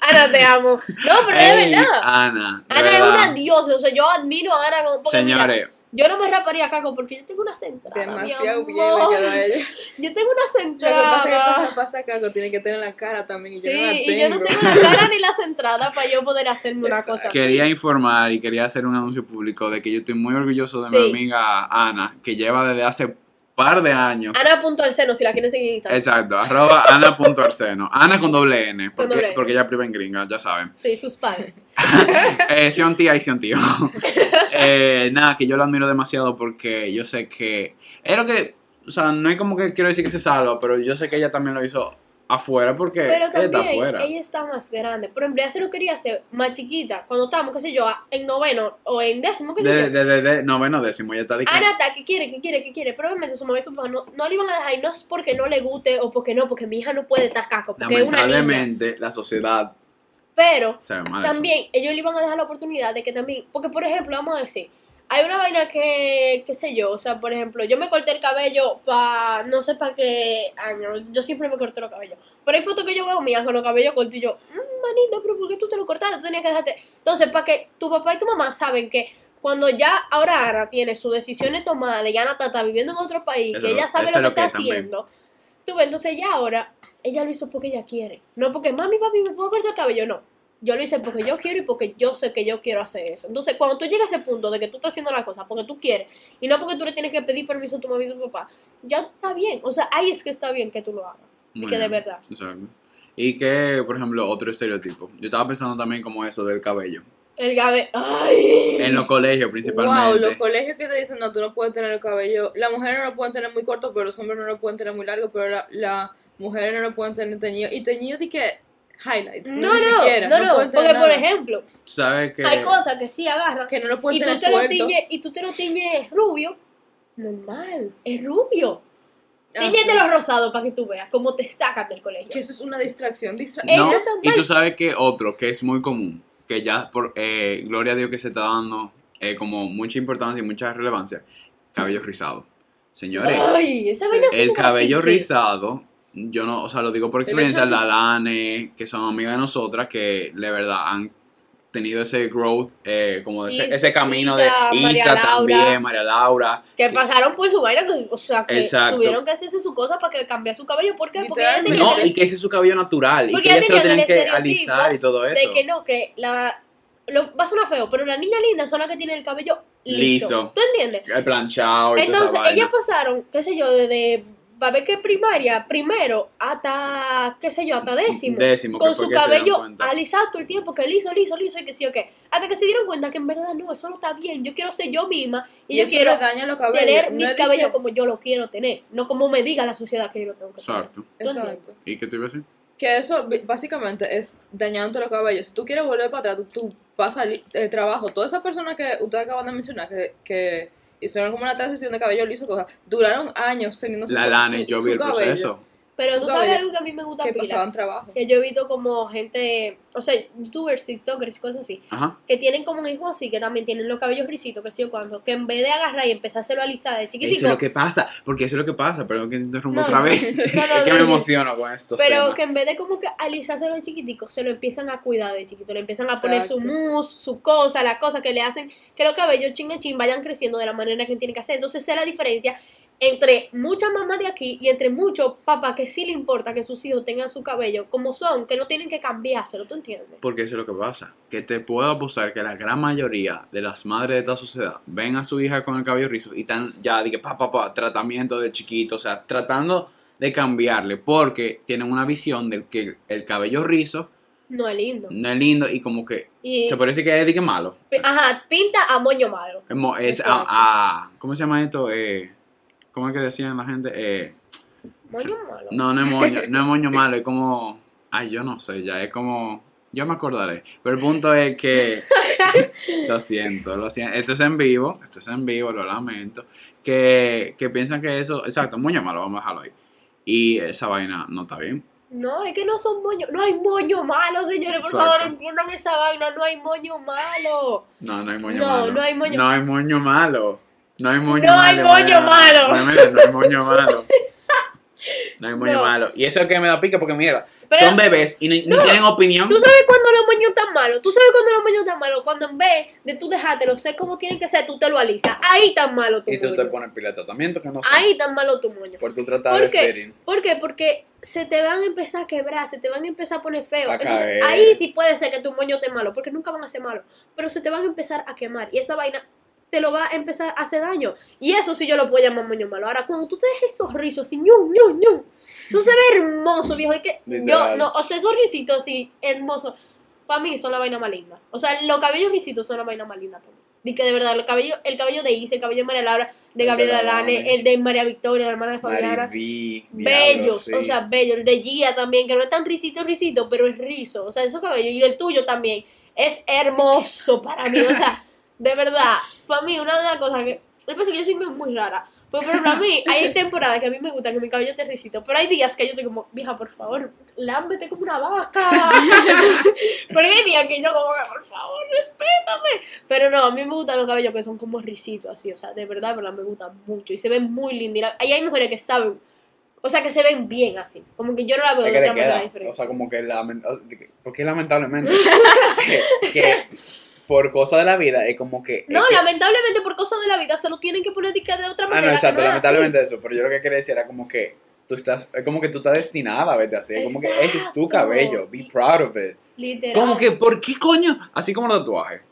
Speaker 2: Ana, te amo. No, pero es
Speaker 1: Ey,
Speaker 2: verdad.
Speaker 1: Ana. de
Speaker 2: Ana es
Speaker 1: verdad.
Speaker 2: una diosa. O sea, yo admiro a Ana. como- porque mira,
Speaker 1: Señores,
Speaker 2: yo no me raparía Caco porque yo tengo una centrada.
Speaker 3: Demasiado
Speaker 2: mi
Speaker 3: bien le
Speaker 2: amor.
Speaker 3: quedó a ella.
Speaker 2: Yo tengo una
Speaker 3: Lo que pasa es que
Speaker 2: centrada.
Speaker 3: cuando pasa caco tiene que tener la cara también. Y
Speaker 2: Sí,
Speaker 3: yo no la tengo.
Speaker 2: y yo no tengo la cara ni la centrada para yo poder hacerme una
Speaker 3: Exacto.
Speaker 2: cosa.
Speaker 1: quería informar y quería hacer un anuncio público de que yo estoy muy orgulloso de
Speaker 2: Sí.
Speaker 1: mi amiga Ana, que lleva desde hace par de años.
Speaker 2: Ana punto al seno si la quieren seguir en Instagram.
Speaker 1: Exacto, arroba ana.arceno. Ana con doble N, porque,
Speaker 2: doble N.
Speaker 1: porque ella priva en gringa, ya saben.
Speaker 2: Sí, sus padres.
Speaker 1: Eh, Sion tía y Sion tío. Eh, nada, que yo lo admiro demasiado porque yo sé que. Es lo que. O sea, no es como que quiero decir que se salva, pero yo sé que ella también lo hizo afuera porque
Speaker 2: Pero
Speaker 1: ella está
Speaker 2: también
Speaker 1: afuera.
Speaker 2: ella está más grande. Por ejemplo, ella se lo quería hacer más chiquita. Cuando estábamos, qué sé yo, en noveno o en décimo, qué sé yo.
Speaker 1: De, de, de, de noveno décimo, ella está de que-
Speaker 2: Ana está, que quiere, que quiere, que quiere. Probablemente su mamá y su papá no, no le iban a dejar y no es porque no le guste o porque no, porque mi hija no puede estar caco, porque es una niña.
Speaker 1: Lamentablemente, la sociedad
Speaker 2: Pero
Speaker 1: se ve mal. eso.
Speaker 2: también ellos le iban a dejar la oportunidad de que también, porque por ejemplo, vamos a decir, hay una vaina que, qué sé yo, o sea, por ejemplo, yo me corté el cabello para, no sé para qué año, yo siempre me corté los cabellos. Pero hay fotos que yo veo mías con los cabellos cortos y yo, mmm, manito, pero ¿por qué tú te lo cortaste? Tú tenías que dejarte. Entonces, para que tu papá y tu mamá saben que cuando ya ahora Ana tiene sus decisiones tomadas, ya Ana está, está viviendo en otro país,
Speaker 1: Eso
Speaker 2: que ella
Speaker 1: lo-
Speaker 2: sabe
Speaker 1: eso
Speaker 2: lo que
Speaker 1: es lo que
Speaker 2: está
Speaker 1: también.
Speaker 2: haciendo. Tú ves, entonces ya ahora, ella lo hizo porque ella quiere. No porque, mami, papi, ¿me puedo cortar el cabello? No. Yo lo hice porque yo quiero y porque yo sé que yo quiero hacer eso. Entonces, cuando tú llegas a ese punto de que tú estás haciendo las cosas porque tú quieres y no porque tú le tienes que pedir permiso a tu mamá y tu papá, ya está bien. O sea, ahí es que está bien que tú lo hagas.
Speaker 1: Muy
Speaker 2: y que de
Speaker 1: bien.
Speaker 2: verdad.
Speaker 1: Exacto. Y que, por ejemplo, otro estereotipo. Yo estaba pensando también como eso del cabello.
Speaker 2: El Gabe. ¡Ay!
Speaker 1: En los colegios
Speaker 3: Wow,
Speaker 1: principalmente.
Speaker 3: los colegios que te dicen, no, tú no puedes tener el cabello. Las mujeres no lo pueden tener muy corto, pero los hombres no lo pueden tener muy largo, pero la- las mujeres no lo pueden tener teñido. Y teñido de que highlights.
Speaker 2: No,
Speaker 3: ni
Speaker 2: no,
Speaker 3: siquiera.
Speaker 2: no, no,
Speaker 3: pueden tener
Speaker 2: porque por
Speaker 3: nada.
Speaker 2: ejemplo,
Speaker 1: ¿Sabes que
Speaker 2: hay cosas que sí agarran
Speaker 3: Que no lo
Speaker 2: y
Speaker 3: pueden
Speaker 2: tú,
Speaker 3: tener
Speaker 2: te lo
Speaker 3: suelto.
Speaker 2: tiñes, y tú te lo tiñes rubio, normal, es rubio.
Speaker 3: Ah,
Speaker 2: Tíñete
Speaker 3: sí.
Speaker 2: los rosados para que tú veas cómo te sacan del colegio.
Speaker 3: Que eso es una distracción. distra-
Speaker 2: Eso
Speaker 1: No,
Speaker 2: también.
Speaker 1: y tú sabes que otro que es muy común, que ya por eh, gloria a Dios que se está dando eh, como mucha importancia y mucha relevancia, cabello rizado. Señores,
Speaker 2: Ay, esa vaina sí
Speaker 1: el
Speaker 2: me da
Speaker 1: cabello
Speaker 2: pique.
Speaker 1: rizado, yo no, o sea, lo digo por
Speaker 3: hecho
Speaker 1: experiencia,
Speaker 3: de-
Speaker 1: la Lane, que son amigas de nosotras, que de verdad han tenido ese growth, eh, como de ese,
Speaker 2: Isa-
Speaker 1: ese camino de
Speaker 2: Isa,
Speaker 1: Isa
Speaker 2: María Laura.
Speaker 1: también, María Laura.
Speaker 2: Que pasaron por su vaina, que- o sea, que
Speaker 1: Exacto.
Speaker 2: tuvieron que hacerse su cosa para que cambiara su cabello. ¿Por qué? Porque ella
Speaker 3: Literalmente.
Speaker 2: tenía
Speaker 1: No,
Speaker 2: que
Speaker 1: y que ese es su cabello natural.
Speaker 2: Porque
Speaker 1: y que
Speaker 2: ya
Speaker 1: ella se lo
Speaker 2: tenían
Speaker 1: tienen
Speaker 2: el
Speaker 1: que
Speaker 2: estereotipo
Speaker 1: alisar y todo eso.
Speaker 2: de que no, que la. Lo, va a sonar feo, pero las niñas lindas son las que tienen el cabello liso.
Speaker 1: Liso.
Speaker 2: ¿Tú entiendes?
Speaker 1: El planchado y
Speaker 2: Entonces,
Speaker 1: toda esa
Speaker 2: ellas
Speaker 1: vaina.
Speaker 2: pasaron, qué sé yo, desde. Va a ver que primaria, primero, hasta, qué sé yo, hasta décimo.
Speaker 1: Décimo, que
Speaker 2: con
Speaker 1: fue
Speaker 2: su
Speaker 1: que se dieron
Speaker 2: cabello
Speaker 1: cuenta.
Speaker 2: alisado todo el tiempo, que liso, liso, liso, y que sí, o qué. Hasta que se dieron cuenta que en verdad no, eso no está bien. Yo quiero ser yo misma y, yo
Speaker 3: eso
Speaker 2: quiero
Speaker 3: le daña los cabellos.
Speaker 2: tener
Speaker 3: No
Speaker 2: mis
Speaker 3: es de
Speaker 2: cabellos
Speaker 3: que-
Speaker 2: como yo lo quiero tener, no como me diga la sociedad que yo lo tengo que tener.
Speaker 1: Exacto.
Speaker 2: ¿Tú entiendes?
Speaker 3: Exacto.
Speaker 1: ¿Y qué te iba a decir?
Speaker 3: Que eso b- básicamente es dañándote los cabellos. Si tú quieres volver para atrás, tú, tú vas al eh, trabajo. Todas esas personas que ustedes acaban de mencionar que, que hicieron como una transición de cabello liso, cosa, duraron años teniendo su-
Speaker 1: La Lani,
Speaker 3: su-
Speaker 1: yo
Speaker 3: su
Speaker 1: vi el
Speaker 3: cabello,
Speaker 1: proceso.
Speaker 2: Pero
Speaker 3: Su
Speaker 2: tú sabes
Speaker 3: cabello.
Speaker 2: algo que a mí me gusta
Speaker 3: Que
Speaker 2: pila,
Speaker 3: pasaban trabajo.
Speaker 2: que yo he visto como gente, o sea, youtubers, tiktokers y cosas así,
Speaker 1: Ajá.
Speaker 2: que tienen como un hijo así, que también tienen los cabellos risitos, que sé yo cuando, que en vez de agarrar y empezárselo a alisar de
Speaker 1: Eso
Speaker 2: chiquitico,
Speaker 1: es lo que pasa, porque eso es lo que pasa, perdón que te interrumpo
Speaker 2: No,
Speaker 1: otra
Speaker 2: no.
Speaker 1: vez.
Speaker 2: No, no,
Speaker 1: es que me
Speaker 2: dale.
Speaker 1: emociono con estos
Speaker 2: Pero
Speaker 1: temas.
Speaker 2: que en vez de como que alisárselo de chiquitico, se lo empiezan a cuidar de chiquito. Le empiezan a poner su
Speaker 3: Exacto.
Speaker 2: mousse, su cosa, las cosas que le hacen que los cabellos chin a chin vayan creciendo de la manera que tienen que hacer. Entonces, esa es la diferencia entre muchas mamás de aquí y entre muchos papás que sí le importa que sus hijos tengan su cabello como son, que no tienen que cambiárselo, ¿tú entiendes?
Speaker 1: Porque eso es lo que pasa. Que te puedo apostar que la gran mayoría de las madres de esta sociedad ven a su hija con el cabello rizo y están ya, de que pa, pa, pa, tratamiento de chiquito, o sea, tratando de cambiarle porque tienen una visión del que el cabello rizo
Speaker 2: No es lindo.
Speaker 1: no es lindo y como que
Speaker 2: Y,
Speaker 1: Mm. se parece que es de que malo.
Speaker 2: pi- ajá, pinta a moño malo.
Speaker 1: Es, mo- es
Speaker 3: Exacto.
Speaker 1: a- a- ¿Cómo se llama esto? Eh, ¿Cómo es que decían la gente? Eh,
Speaker 2: Moño malo.
Speaker 1: no, no es moño, no es moño malo, es como, ay, yo no sé, ya es como, yo me acordaré. Pero el punto es que Lo siento, lo siento. Esto es en vivo, esto es en vivo, lo lamento. Que, que piensan que eso, exacto, muy malo, vamos a dejarlo ahí. Y esa vaina no está bien.
Speaker 2: No, es que no son moños. No hay moño malo, señores. Por
Speaker 1: Exacto.
Speaker 2: favor, entiendan esa vaina. No hay moño malo.
Speaker 1: No, no hay moño
Speaker 2: No,
Speaker 1: malo.
Speaker 2: no hay moño-
Speaker 1: No hay moño malo. No hay moño
Speaker 2: No hay
Speaker 1: malo.
Speaker 2: moño malo.
Speaker 1: No hay moño- no hay moño malo. No hay moño
Speaker 2: No.
Speaker 1: malo. Y eso es que me da pica porque mierda.
Speaker 2: Pero-
Speaker 1: son bebés y ni, ni
Speaker 2: No.
Speaker 1: tienen opinión.
Speaker 2: ¿Tú sabes cuándo los moños están malos? ¿Tú sabes cuándo los moños están malos? Cuando en vez de tú dejártelo sé cómo tienen que ser, tú te lo alisas. Ahí tan malo tu
Speaker 1: Y tú
Speaker 2: moño.
Speaker 1: te pones pila de tratamiento que no sé.
Speaker 2: Ahí tan malo tu moño.
Speaker 1: Por tu tratado
Speaker 2: ¿Por
Speaker 1: de
Speaker 2: qué?
Speaker 1: fitting.
Speaker 2: ¿Por qué? Porque se te van a empezar a quebrar, se te van a empezar a poner feo.
Speaker 1: A
Speaker 2: Entonces,
Speaker 1: caer.
Speaker 2: ahí sí puede ser que tu moño esté malo, porque nunca van a ser malos. Pero se te van a empezar a quemar y esa vaina te lo va a empezar a hacer daño. Y eso sí yo lo puedo llamar moño malo. Ahora, cuando tú te dejes esos rizos así, ñu, ñu, ñu, eso se ve hermoso, viejo. Es que yo,
Speaker 1: Literal.
Speaker 2: no, o sea, esos risitos así, hermosos, para mí son la vaina más linda. O sea, los cabellos risitos son la vaina más linda para mí. Y que de verdad, el cabello, el cabello de Isa, el cabello de María Laura, de
Speaker 1: de la
Speaker 2: Gabriela Lane,
Speaker 1: Lane.
Speaker 2: el de María Victoria, la hermana de Fabiana
Speaker 1: Mariví, diablo,
Speaker 2: bellos,
Speaker 1: sí.
Speaker 2: o sea, bellos. El de Gia también, que no es tan risito, risito, pero es rizo. O sea, esos cabellos. Y el tuyo también. Es hermoso para mí. O sea, de verdad, para mí, una de las cosas que. Lo que pasa es que yo soy muy- muy rara. Pero por ejemplo, a mí, hay temporadas que a mí me gusta que mi cabello esté risito. Pero hay días que yo estoy como, vieja, por favor, lámbete como una vaca. pero hay días que yo, como, que, por favor, respétame. Pero no, a mí me gustan los cabellos que son como risitos, así. O sea, de verdad, de verdad, me gustan mucho. Y se ven muy lindos. Y la- Ahí hay mujeres que saben o sea, que se ven bien así. Como que yo no la veo
Speaker 1: Es
Speaker 2: de
Speaker 1: que
Speaker 2: otra
Speaker 1: le
Speaker 2: manera
Speaker 1: queda.
Speaker 2: diferente.
Speaker 1: O sea, como que lamentablemente. Porque lamentablemente. que, que por cosa de la vida es como que.
Speaker 2: no,
Speaker 1: es que-
Speaker 2: lamentablemente por cosas de la vida se lo tienen que poner de que de otra
Speaker 1: Ah,
Speaker 2: manera.
Speaker 1: no,
Speaker 2: que
Speaker 1: exacto,
Speaker 2: no es así.
Speaker 1: lamentablemente eso. Pero yo lo que quería decir era como que. Tú estás, es como que tú estás destinada a verte así. Es como que ese es tu
Speaker 2: Exacto.
Speaker 1: cabello. Be proud of it.
Speaker 2: Literal.
Speaker 1: Como que, ¿por qué coño? Así como los tatuajes.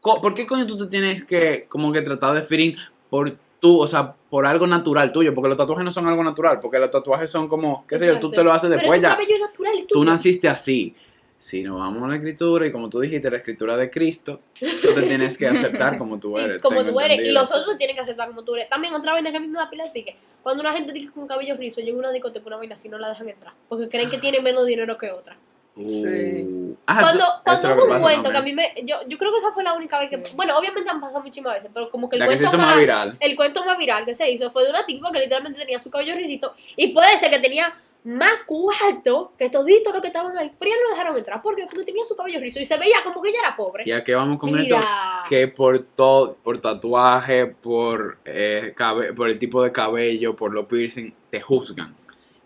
Speaker 1: Co- ¿Por qué coño tú te tienes que, como que tratar de fitting por tú, o sea, por algo natural tuyo? Porque los tatuajes no son algo natural. Porque los tatuajes son como, qué sé yo, tú
Speaker 2: Exacto.
Speaker 1: te lo haces
Speaker 2: Pero
Speaker 1: después
Speaker 2: tu
Speaker 1: ya.
Speaker 2: cabello es natural y
Speaker 1: tú
Speaker 2: tuyo.
Speaker 1: naciste así. Si nos vamos a la escritura y como tú dijiste, la escritura de Cristo, tú te tienes que aceptar como tú
Speaker 2: Y
Speaker 1: eres.
Speaker 2: como
Speaker 1: tengo
Speaker 2: tú eres, y
Speaker 1: entendido.
Speaker 2: los otros tienen que aceptar como tú eres. También otra vaina que a mí me da pila de pique. Cuando una gente dice con cabello rizo, llega a una discoteca, una vaina así, no la dejan entrar. Porque creen que tiene menos dinero que otra.
Speaker 1: Uh.
Speaker 3: Sí.
Speaker 1: Ah,
Speaker 2: cuando
Speaker 1: eso- eso es
Speaker 2: cuando
Speaker 1: lo
Speaker 2: hubo un
Speaker 1: pasa
Speaker 2: cuento que a
Speaker 1: también.
Speaker 2: mí me. Yo, yo creo que esa fue la única vez que.
Speaker 3: Sí.
Speaker 2: Bueno, obviamente han pasado muchísimas veces, pero como que el
Speaker 1: La que se
Speaker 2: cuento
Speaker 1: hizo más viral.
Speaker 2: el cuento más viral que se hizo fue de una tipa que literalmente tenía su cabello rizito y puede ser que tenía más cuarto que toditos los que estaban ahí, pero ya no dejaron entrar. ¿Por qué? Porque tenía su cabello rizo y se veía como que ella era pobre.
Speaker 1: Y aquí vamos con esto.
Speaker 2: Mira.
Speaker 1: Que por todo, por tatuaje, por, eh, cabe- por el tipo de cabello, por los piercing, te juzgan.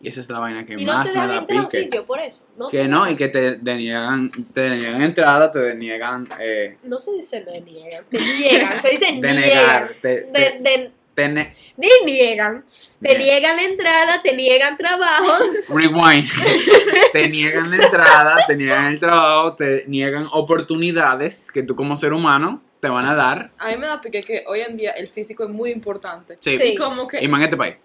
Speaker 1: Y esa es la vaina que
Speaker 2: Y no te
Speaker 1: más me
Speaker 2: dejan
Speaker 1: da
Speaker 2: entrar a un
Speaker 1: pique.
Speaker 2: sitio por eso. No,
Speaker 1: Que no, y que te deniegan, te deniegan entrada, te deniegan, eh,
Speaker 2: No se dice no niegan, te niegan, se dice niegan.
Speaker 1: denegar, te,
Speaker 2: De,
Speaker 1: te,
Speaker 2: de-
Speaker 1: te ne-
Speaker 2: de niegan. Te
Speaker 1: Bien.
Speaker 2: niegan la entrada, te niegan trabajo.
Speaker 1: rewind, te niegan la entrada, te niegan el trabajo, te niegan oportunidades que tú como ser humano te van a dar,
Speaker 3: A mí me da pique que hoy en día el físico es muy importante.
Speaker 1: sí,
Speaker 2: Sí.
Speaker 3: Y como que.
Speaker 1: y más en este país.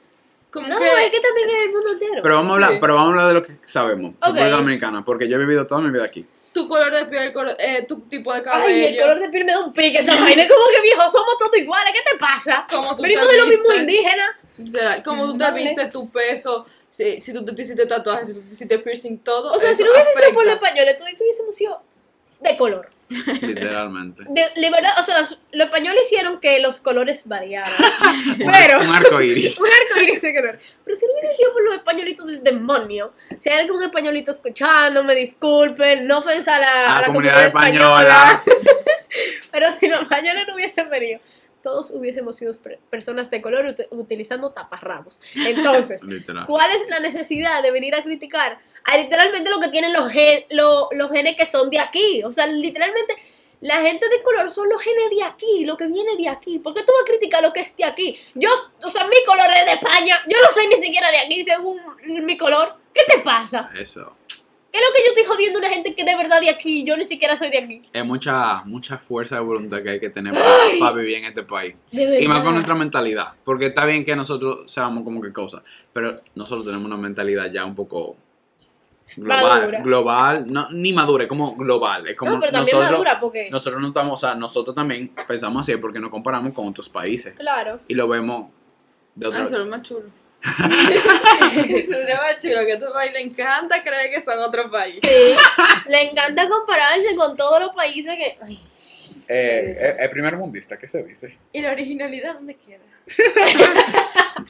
Speaker 3: como
Speaker 2: No,
Speaker 3: que-
Speaker 2: es que también es el mundo entero.
Speaker 1: Pero vamos, a hablar,
Speaker 3: Sí.
Speaker 1: pero vamos a hablar de lo que sabemos,
Speaker 2: Ok.
Speaker 1: República Dominicana, porque yo he vivido toda mi vida aquí.
Speaker 3: tu color de piel, colo- eh, tu tipo de cabello.
Speaker 2: Ay, el color de piel me da un pique esa vaina. es Como que viejo, somos todos iguales. ¿Qué te pasa?
Speaker 3: Como tú
Speaker 2: Venimos
Speaker 3: te
Speaker 2: de los mismos
Speaker 3: vistes.
Speaker 2: indígenas.
Speaker 3: Ya, como tú te
Speaker 2: Vale.
Speaker 3: viste, tu peso, si, si tú te hiciste tatuajes, si tú te hiciste piercing, todo.
Speaker 2: O sea, si
Speaker 3: eso
Speaker 2: no hubiese sido por los
Speaker 3: afecta.
Speaker 2: españoles, todos hubiésemos sido de color.
Speaker 1: Literalmente.
Speaker 2: De, de verdad, o sea, los españoles hicieron que los colores variaran. Pero.
Speaker 1: Un arco iris.
Speaker 2: Un arco iris de color. Pero si no hubiese sido por los españolitos del demonio, si hay algún españolito escuchando, me disculpen, no ofensa a la,
Speaker 1: A
Speaker 2: a
Speaker 1: la
Speaker 2: la
Speaker 1: comunidad española.
Speaker 2: Pero si los españoles no hubiesen venido, todos hubiésemos sido pre- personas de color ut- utilizando taparrabos. Entonces,
Speaker 1: Literal.
Speaker 2: ¿cuál es la necesidad de venir a criticar a literalmente lo que tienen los, gen- lo- los genes que son de aquí? O sea, literalmente... La gente de color son los genes de aquí, lo que viene de aquí. ¿Por qué tú vas a criticar lo que es de aquí? Yo, o sea, mi color es de España. Yo no soy ni siquiera de aquí según mi color. ¿Qué te pasa?
Speaker 1: Eso.
Speaker 2: ¿Qué es lo que yo estoy jodiendo a una gente que de verdad de aquí? Yo ni siquiera soy de aquí.
Speaker 1: Es mucha, mucha fuerza de voluntad que hay que tener para, vivir en este país.
Speaker 2: De verdad.
Speaker 1: Y más con nuestra mentalidad. Porque está bien que nosotros seamos como que cosas. Pero nosotros tenemos una mentalidad ya un poco global.
Speaker 2: Madura.
Speaker 1: Global. No, ni madura, es como global. Es como
Speaker 2: no, pero también
Speaker 1: nosotros,
Speaker 2: madura porque...
Speaker 1: nosotros no estamos, o sea, nosotros también pensamos así porque nos comparamos con otros países.
Speaker 2: Claro.
Speaker 1: Y lo vemos de
Speaker 3: Ay,
Speaker 1: otra
Speaker 3: eso es lo más chulo. eso es lo más chulo, que a tu país le encanta creer que son otro país.
Speaker 2: Sí. Le encanta compararse con todos los países que... Ay.
Speaker 1: Eh, eh, el primer mundista, ¿qué se dice?
Speaker 3: ¿Y la originalidad dónde queda?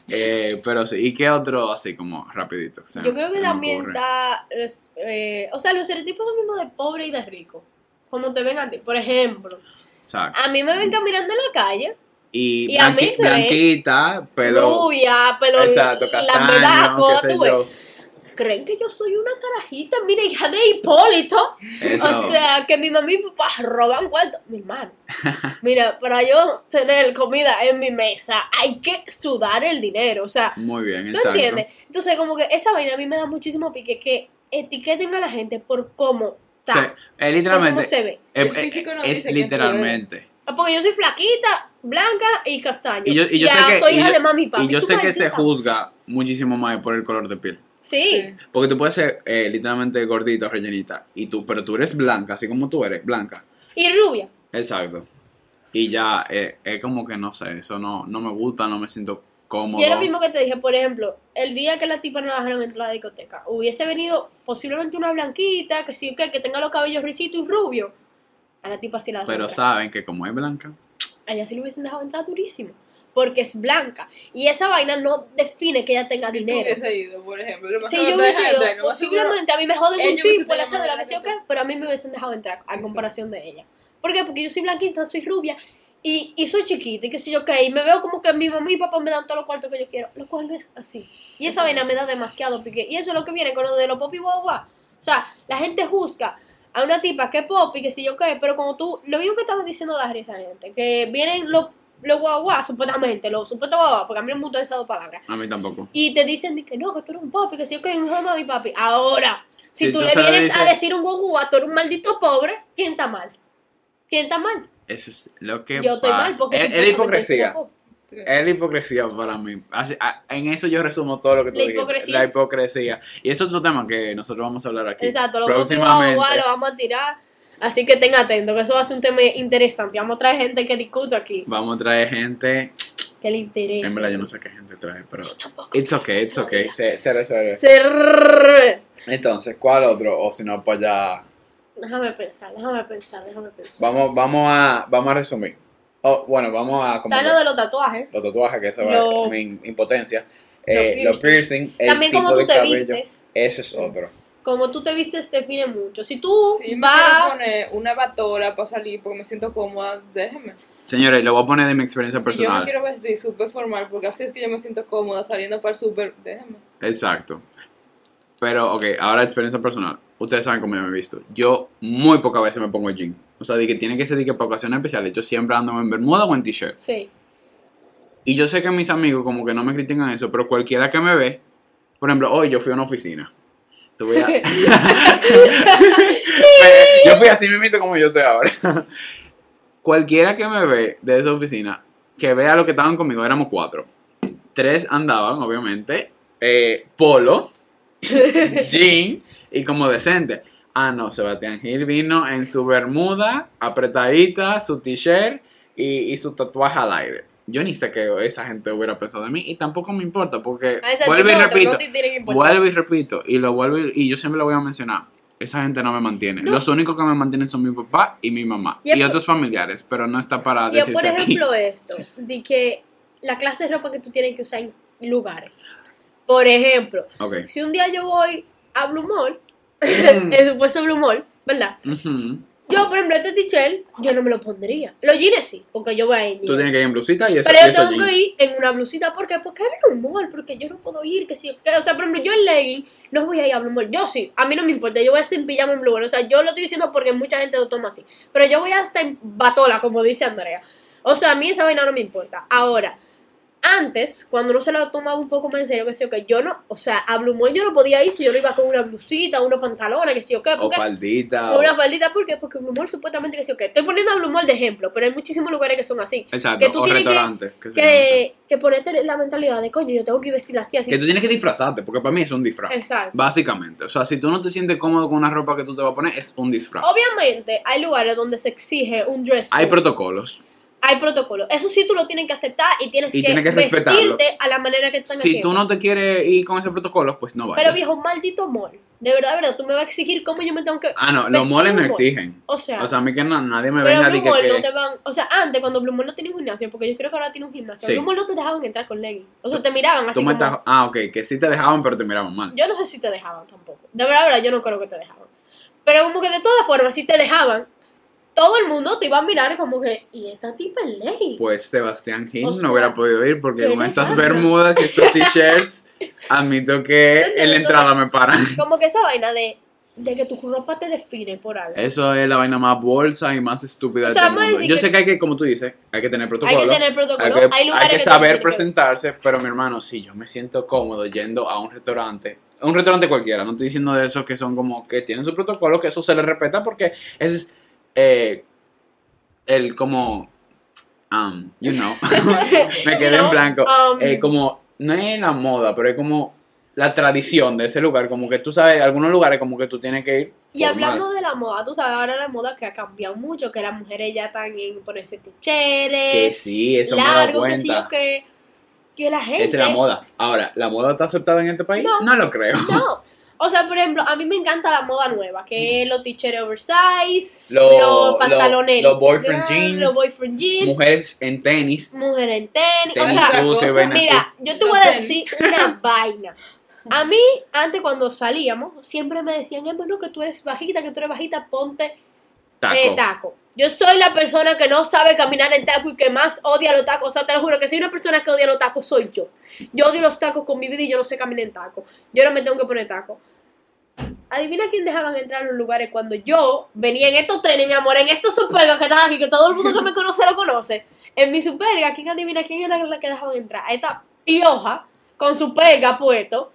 Speaker 1: Eh, pero sí, ¿y qué otro así como rapidito? Se me-
Speaker 2: Yo creo
Speaker 1: se
Speaker 2: que
Speaker 1: me
Speaker 2: también
Speaker 1: ocurre.
Speaker 2: da. los- eh, o sea, los estereotipos son mismos de pobre y de rico. Como te ven a ti. Por ejemplo,
Speaker 1: Exacto.
Speaker 2: a mí me ven caminando en la calle.
Speaker 1: Y,
Speaker 2: y a mí
Speaker 1: blanqui-
Speaker 2: me-
Speaker 1: blanquita, pelo.
Speaker 2: Rubia, pelo.
Speaker 1: exacto, castaño,
Speaker 2: lambedaco,
Speaker 1: qué sé
Speaker 2: tú ves.
Speaker 1: yo.
Speaker 2: Creen que yo soy una carajita. Mira, hija de Hipólito.
Speaker 1: Eso.
Speaker 2: O sea, que mi mamá y mi papá roban cuarto. Mi hermano. Mira, para yo tener comida en mi mesa, hay que sudar el dinero. O sea,
Speaker 1: Muy bien,
Speaker 2: ¿Tú
Speaker 1: exacto.
Speaker 2: entiendes? Entonces, como que esa vaina a mí me da muchísimo pique que etiqueten a la gente por cómo
Speaker 1: O
Speaker 2: está,
Speaker 1: sea, es
Speaker 2: por cómo
Speaker 1: literalmente.
Speaker 2: se ve.
Speaker 1: es-
Speaker 3: El físico no
Speaker 1: es
Speaker 3: dice que tú
Speaker 1: literalmente.
Speaker 2: Ah, Porque yo soy flaquita, blanca y castaña.
Speaker 1: Y yo- y yo
Speaker 2: ya
Speaker 1: sé que-
Speaker 2: soy
Speaker 1: y
Speaker 2: hija
Speaker 1: yo-
Speaker 2: de mami y papi.
Speaker 1: Y yo
Speaker 2: tú
Speaker 1: sé que se
Speaker 2: maldita.
Speaker 1: juzga muchísimo más por el color de piel.
Speaker 2: Sí,
Speaker 1: Porque tú puedes ser eh, literalmente gordito, rellenita, y tú, pero tú eres blanca, así como tú eres, blanca.
Speaker 2: y rubia.
Speaker 1: Exacto. Y ya, eh, es como que no sé, eso no, no me gusta, no me siento cómodo.
Speaker 2: Y es lo mismo que te dije, por ejemplo, el día que la tipa no la dejaron entrar a la discoteca, hubiese venido posiblemente una blanquita, que sí, que, que tenga los cabellos ricitos y rubio. A la tipa sí la dejaron
Speaker 1: Pero
Speaker 2: entrar.
Speaker 1: saben que como es blanca,
Speaker 2: allá sí lo hubiesen dejado entrar durísimo. Porque es blanca. Y esa vaina no define que ella tenga
Speaker 3: Si tú
Speaker 2: dinero.
Speaker 3: hubiese ido, por ejemplo, lo más
Speaker 2: Si
Speaker 3: seguro
Speaker 2: yo
Speaker 3: te
Speaker 2: hubiese
Speaker 3: dejan
Speaker 2: ido,
Speaker 3: entrar, lo más seguro-
Speaker 2: posiblemente a mí me joden un
Speaker 3: ellos hubiesen
Speaker 2: chip por la
Speaker 3: tenido
Speaker 2: cédula,
Speaker 3: más
Speaker 2: que sé yo qué,
Speaker 3: respeto.
Speaker 2: pero a mí me hubiesen dejado entrar a
Speaker 3: Exacto.
Speaker 2: comparación de ella. ¿Por qué? Porque yo soy blanquita, soy rubia y, y soy chiquita y qué sé yo qué, y me veo como que mi mamá y papá me dan todos los cuartos que yo quiero, lo cual no es así. Y esa vaina me da demasiado pique. Y eso es lo que viene con lo de los pop y guau guau. O sea, la gente juzga a una tipa que es pop y que sé yo qué, pero como tú, lo mismo que estabas diciendo de esa gente, que vienen los, los guau guau, supuestamente, los supuestos guau guau, porque a mí no me gustan esas dos palabras
Speaker 1: a mí tampoco.
Speaker 2: y te dicen de que no, que tú eres un papi, que si yo que soy un hijo de mami y papi. Ahora, si
Speaker 1: Sí,
Speaker 2: tú
Speaker 1: tú
Speaker 2: le
Speaker 1: se lo
Speaker 2: vienes a
Speaker 1: dices.
Speaker 2: decir un guagua, tú eres un maldito pobre, ¿quién está mal? ¿Quién está mal?
Speaker 1: Eso es lo que
Speaker 2: Yo estoy mal
Speaker 1: pasa.
Speaker 2: porque
Speaker 1: Es, es la
Speaker 2: supuestamente soy una
Speaker 1: hipocresía.
Speaker 2: pobre.
Speaker 3: Sí.
Speaker 1: Es la hipocresía para mí. Así- a- en eso yo resumo todo lo que tú
Speaker 2: La
Speaker 1: dijiste.
Speaker 2: hipocresía
Speaker 1: La
Speaker 2: es-
Speaker 1: hipocresía. Y es otro tema que nosotros vamos a hablar aquí.
Speaker 2: Exacto, lo vamos a
Speaker 1: próximamente.
Speaker 2: lo vamos a tirar. Así que estén atentos, que eso va a ser un tema interesante. Vamos a traer gente que discuta aquí,
Speaker 1: Vamos a traer gente.
Speaker 2: que le interese.
Speaker 1: En verdad, yo no sé qué gente trae, pero.
Speaker 2: Tampoco.
Speaker 1: It's okay, it's okay. Eh. Se, se resuelve.
Speaker 2: Ser-
Speaker 1: Entonces, ¿cuál otro? O si no, pues ya.
Speaker 2: Déjame pensar, déjame pensar, déjame pensar.
Speaker 1: Vamos, vamos, a, vamos a resumir. Oh, bueno, vamos a. como
Speaker 2: Está
Speaker 1: que-
Speaker 2: lo de los tatuajes.
Speaker 1: los tatuajes, que esa
Speaker 2: Lo-
Speaker 1: va mi impotencia. Eh,
Speaker 2: los
Speaker 1: los piercing, el
Speaker 2: También
Speaker 1: tipo
Speaker 2: como tú
Speaker 1: de
Speaker 2: te
Speaker 1: cabello,
Speaker 2: vistes.
Speaker 1: Ese es otro.
Speaker 2: Como tú te vistes define mucho. Si tú
Speaker 3: Si yo me
Speaker 2: vas
Speaker 3: quiero poner una batola para salir porque me siento cómoda, déjeme.
Speaker 1: Señores, lo voy a poner de mi experiencia
Speaker 3: Si yo me
Speaker 1: personal.
Speaker 3: quiero vestir súper formal porque así es que yo me siento cómoda saliendo para el súper, déjame.
Speaker 1: Exacto. Pero, ok, ahora experiencia personal. Ustedes saben cómo yo me he visto. Yo muy pocas veces me pongo jean. O sea, de que tiene que ser de que para ocasiones especiales. Yo siempre ando en bermuda o en t-shirt.
Speaker 2: Sí.
Speaker 1: Y yo sé que mis amigos como que no me critican eso, pero cualquiera que me ve, por ejemplo, hoy yo fui a una oficina. Te voy a- yo fui así mismito como yo estoy ahora. cualquiera que me ve de esa oficina, que vea lo que estaban conmigo, éramos cuatro. Tres andaban, obviamente, eh, polo, jean y como decente. Ah, no, Sebastián Gil vino en su bermuda, apretadita, su t-shirt y, y su tatuaje al aire. Yo ni sé qué esa gente hubiera pensado de mí y tampoco me importa porque
Speaker 2: A ese
Speaker 1: vuelvo y
Speaker 2: episodio no
Speaker 1: repito,
Speaker 2: te tiene que importar.
Speaker 1: vuelvo y repito y lo vuelvo y, y yo siempre lo voy a mencionar. Esa gente no me mantiene. Los únicos que me mantienen son mi papá y mi mamá
Speaker 2: Y es
Speaker 1: y
Speaker 2: por-
Speaker 1: otros familiares, pero no está para
Speaker 2: Yo, por
Speaker 1: decirte aquí.
Speaker 2: ejemplo, esto, de que la clase de ropa que tú tienes que usar en lugares. Por ejemplo,
Speaker 1: Ok.
Speaker 2: si un día yo voy a Blue Mall,
Speaker 1: Mm.
Speaker 2: el supuesto Blue Mall, ¿verdad?
Speaker 1: Ujú.
Speaker 2: Yo, por ejemplo, este t-shirt, yo no me lo pondría. Los jeans sí, porque yo voy a ir.
Speaker 1: Tú tienes que ir en blusita y esa,
Speaker 2: Pero
Speaker 1: y
Speaker 2: yo
Speaker 1: esa
Speaker 2: tengo
Speaker 1: jean.
Speaker 2: que ir en una blusita, ¿por qué? Porque hay Blue Mall, porque yo no puedo ir, que si... que- o sea, por ejemplo, yo en legging no voy a ir a Blue Mall. Yo sí, a mí no me importa, yo voy hasta en pijama en Blue Mall. O sea, yo lo estoy diciendo porque mucha gente lo toma así. Pero yo voy hasta en batola, como dice Andrea. O sea, a mí esa vaina no me importa. Ahora, antes, cuando no se lo tomaba un poco más en serio, que sí o que yo no... O sea, a Blue Mall yo no podía ir si yo no iba con una blusita, unos pantalones, que sí o qué.
Speaker 1: o
Speaker 2: Porque
Speaker 1: faldita.
Speaker 2: o
Speaker 1: o-
Speaker 2: una faldita, ¿por qué? Porque Blue Mall supuestamente que sí o qué. Estoy poniendo a Blue Mall de ejemplo, pero hay muchísimos lugares que son así
Speaker 1: Exacto,
Speaker 2: que tú
Speaker 1: o
Speaker 2: tienes que-
Speaker 1: restaurante. Que, se llama
Speaker 2: que, que ponerte la mentalidad de coño, yo tengo que vestir así,
Speaker 1: eso.
Speaker 2: así.
Speaker 1: Que tú tienes que disfrazarte, porque para mí es un disfraz.
Speaker 2: Exacto.
Speaker 1: Básicamente. O sea, si tú no te sientes cómodo con una ropa que tú te vas a poner, es un disfraz.
Speaker 2: Obviamente, hay lugares donde se exige un dress code.
Speaker 1: Hay protocolos.
Speaker 2: Hay protocolo. Eso sí, tú lo tienes que aceptar y tienes
Speaker 1: Y
Speaker 2: que,
Speaker 1: tienes que respetarlos.
Speaker 2: vestirte a la manera que están
Speaker 1: Si
Speaker 2: haciendo.
Speaker 1: tú no te quieres ir con ese protocolo, pues no vayas.
Speaker 2: Pero viejo, un maldito mall. De verdad, de verdad, tú me vas a exigir cómo yo me tengo que.
Speaker 1: Ah, no, los
Speaker 2: vestir
Speaker 1: moles
Speaker 2: un
Speaker 1: no
Speaker 2: mall.
Speaker 1: exigen.
Speaker 2: O sea,
Speaker 1: O sea, a mí que na- nadie me
Speaker 2: pero
Speaker 1: venga a
Speaker 2: Blue
Speaker 1: decir que...
Speaker 2: Mall no
Speaker 1: que-
Speaker 2: te van. O sea, antes cuando Blue Mall no tenía un gimnasio, porque yo creo que ahora tiene un gimnasio,
Speaker 1: Sí.
Speaker 2: Blue Mall no te dejaban entrar con leggings. O sea, te miraban así.
Speaker 1: tú me
Speaker 2: Como,
Speaker 1: estás- Ah, ok, que sí te dejaban, pero te miraban mal.
Speaker 2: Yo no sé si te dejaban tampoco. De verdad, de verdad, yo no creo que te dejaban. Pero como que de todas formas, si te dejaban, todo el mundo te iba a mirar como que, ¿y esta tipa es ley?
Speaker 1: Pues Sebastián Gil
Speaker 2: O
Speaker 1: no
Speaker 2: sea,
Speaker 1: hubiera podido ir porque
Speaker 2: ¿qué
Speaker 1: con
Speaker 2: le
Speaker 1: estas
Speaker 2: pasa?
Speaker 1: bermudas y estos t-shirts, admito que
Speaker 2: Entonces,
Speaker 1: en la entrada me paran.
Speaker 2: Como que esa vaina de, de que tu ropa te define por algo.
Speaker 1: Eso es la vaina más bolsa y más estúpida
Speaker 2: O sea,
Speaker 1: del
Speaker 2: vamos a
Speaker 1: mundo.
Speaker 2: decir
Speaker 1: Yo
Speaker 2: que-
Speaker 1: sé que hay que, como tú dices, hay que tener
Speaker 2: hay
Speaker 1: protocolo.
Speaker 2: que tener protocolo,
Speaker 1: hay
Speaker 2: hay,
Speaker 1: que, hay
Speaker 2: lugares
Speaker 1: que
Speaker 2: te
Speaker 1: saber
Speaker 2: tienen que-
Speaker 1: presentarse, pero mi hermano, sí, yo me siento cómodo yendo a un restaurante, a un restaurante cualquiera, no estoy diciendo de esos que son como que tienen su protocolo, que eso se les respeta porque ese es eh, el como, um, you know, me quedé en
Speaker 2: No,
Speaker 1: blanco,
Speaker 2: um,
Speaker 1: Eh, como, no es la moda, pero es como la tradición de ese lugar, como que tú sabes, algunos lugares como que tú tienes que ir.
Speaker 2: Y hablando
Speaker 1: formal.
Speaker 2: de la moda, tú sabes, ahora la moda que ha cambiado mucho, que las mujeres ya están en ponerse
Speaker 1: Que
Speaker 2: ticheres,
Speaker 1: sí, eso me he dado
Speaker 2: largo, que sí,
Speaker 1: cuenta.
Speaker 2: que, que la gente...
Speaker 1: Esa es la moda. Ahora, ¿la moda está aceptada en este país?
Speaker 2: No.
Speaker 1: no lo creo.
Speaker 2: No. O sea, por ejemplo, a mí me encanta la moda nueva, que es los t-shirts oversize,
Speaker 1: Mm. Lo-
Speaker 2: los
Speaker 1: lo-
Speaker 2: pantalones.
Speaker 1: los boyfriend
Speaker 2: grandes,
Speaker 1: jeans,
Speaker 2: Los boyfriend jeans. Eh, Mujer,
Speaker 1: mujeres en tenis,
Speaker 2: en tenis.
Speaker 1: tenis
Speaker 2: o sea,
Speaker 3: sus
Speaker 1: sucio,
Speaker 3: cosa,
Speaker 1: vaina así.
Speaker 2: mira, yo te
Speaker 3: Los
Speaker 2: voy a
Speaker 3: tenis.
Speaker 2: decir una vaina. A mí, antes cuando salíamos, siempre me decían, es bueno que tú eres bajita, que tú eres bajita, ponte eh,
Speaker 1: taco.
Speaker 2: taco. Yo soy la persona que no sabe caminar en taco y que más odia los tacos. O sea, te lo juro que soy una persona que odia los tacos, soy yo. Yo odio los tacos con mi vida y yo no sé caminar en taco. Yo no me tengo que poner taco. Adivina quién dejaban entrar a los lugares cuando yo venía en estos tenis, mi amor, en estos supergas que están aquí, que todo el mundo que me conoce lo conoce. En mi superga, ¿quién adivina quién era la que dejaban entrar? A esta pioja con su perga puesto.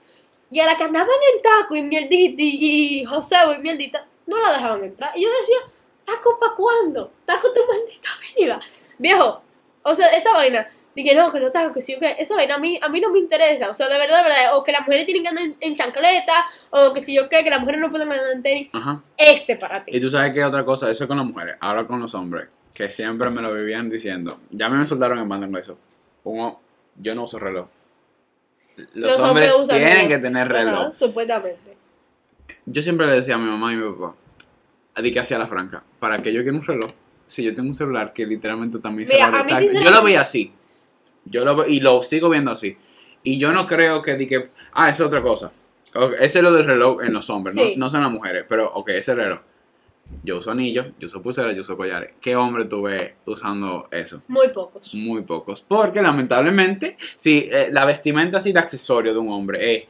Speaker 2: Y a la que andaban en taco y mierdita y, y José y mierdita, no la dejaban entrar. Y yo decía, ¿taco para cuándo? ¿Taco tu maldita vida? Viejo, o sea, esa vaina, dije, no, que no taco, que sí, que esa vaina a mí, a mí no me interesa. O sea, de verdad, de verdad, o que las mujeres tienen que andar en, en chancleta, o que si yo qué, que las mujeres no pueden andar en tenis.
Speaker 1: Ajá.
Speaker 2: Este para ti.
Speaker 1: Y tú sabes que otra cosa, eso con las mujeres, ahora con los hombres, que siempre me lo vivían diciendo. Ya me soltaron en banda con eso. Uno, yo no uso reloj. Los,
Speaker 2: Los
Speaker 1: hombres,
Speaker 2: hombres usan
Speaker 1: tienen
Speaker 2: reloj.
Speaker 1: que tener reloj.
Speaker 2: Ajá, supuestamente.
Speaker 1: Yo siempre le decía a mi mamá y mi papá, di que hacía la franca, ¿para que yo quiero un reloj? Si yo tengo un celular que literalmente también se
Speaker 2: Mira, a mí
Speaker 1: Yo lo
Speaker 2: sinceramente-
Speaker 1: veía así. Yo lo ve- y lo sigo viendo así. Y yo no creo que di que, ah, es otra cosa. Ok, ese es lo del reloj en los hombres,
Speaker 2: Sí.
Speaker 1: no, no son las mujeres, pero ok, ese reloj. Yo uso anillos, yo uso pulseras, yo uso collares. ¿Qué hombre tuve usando eso?
Speaker 2: Muy pocos.
Speaker 1: Muy pocos. Porque lamentablemente, si eh, la vestimenta así de accesorio de un hombre es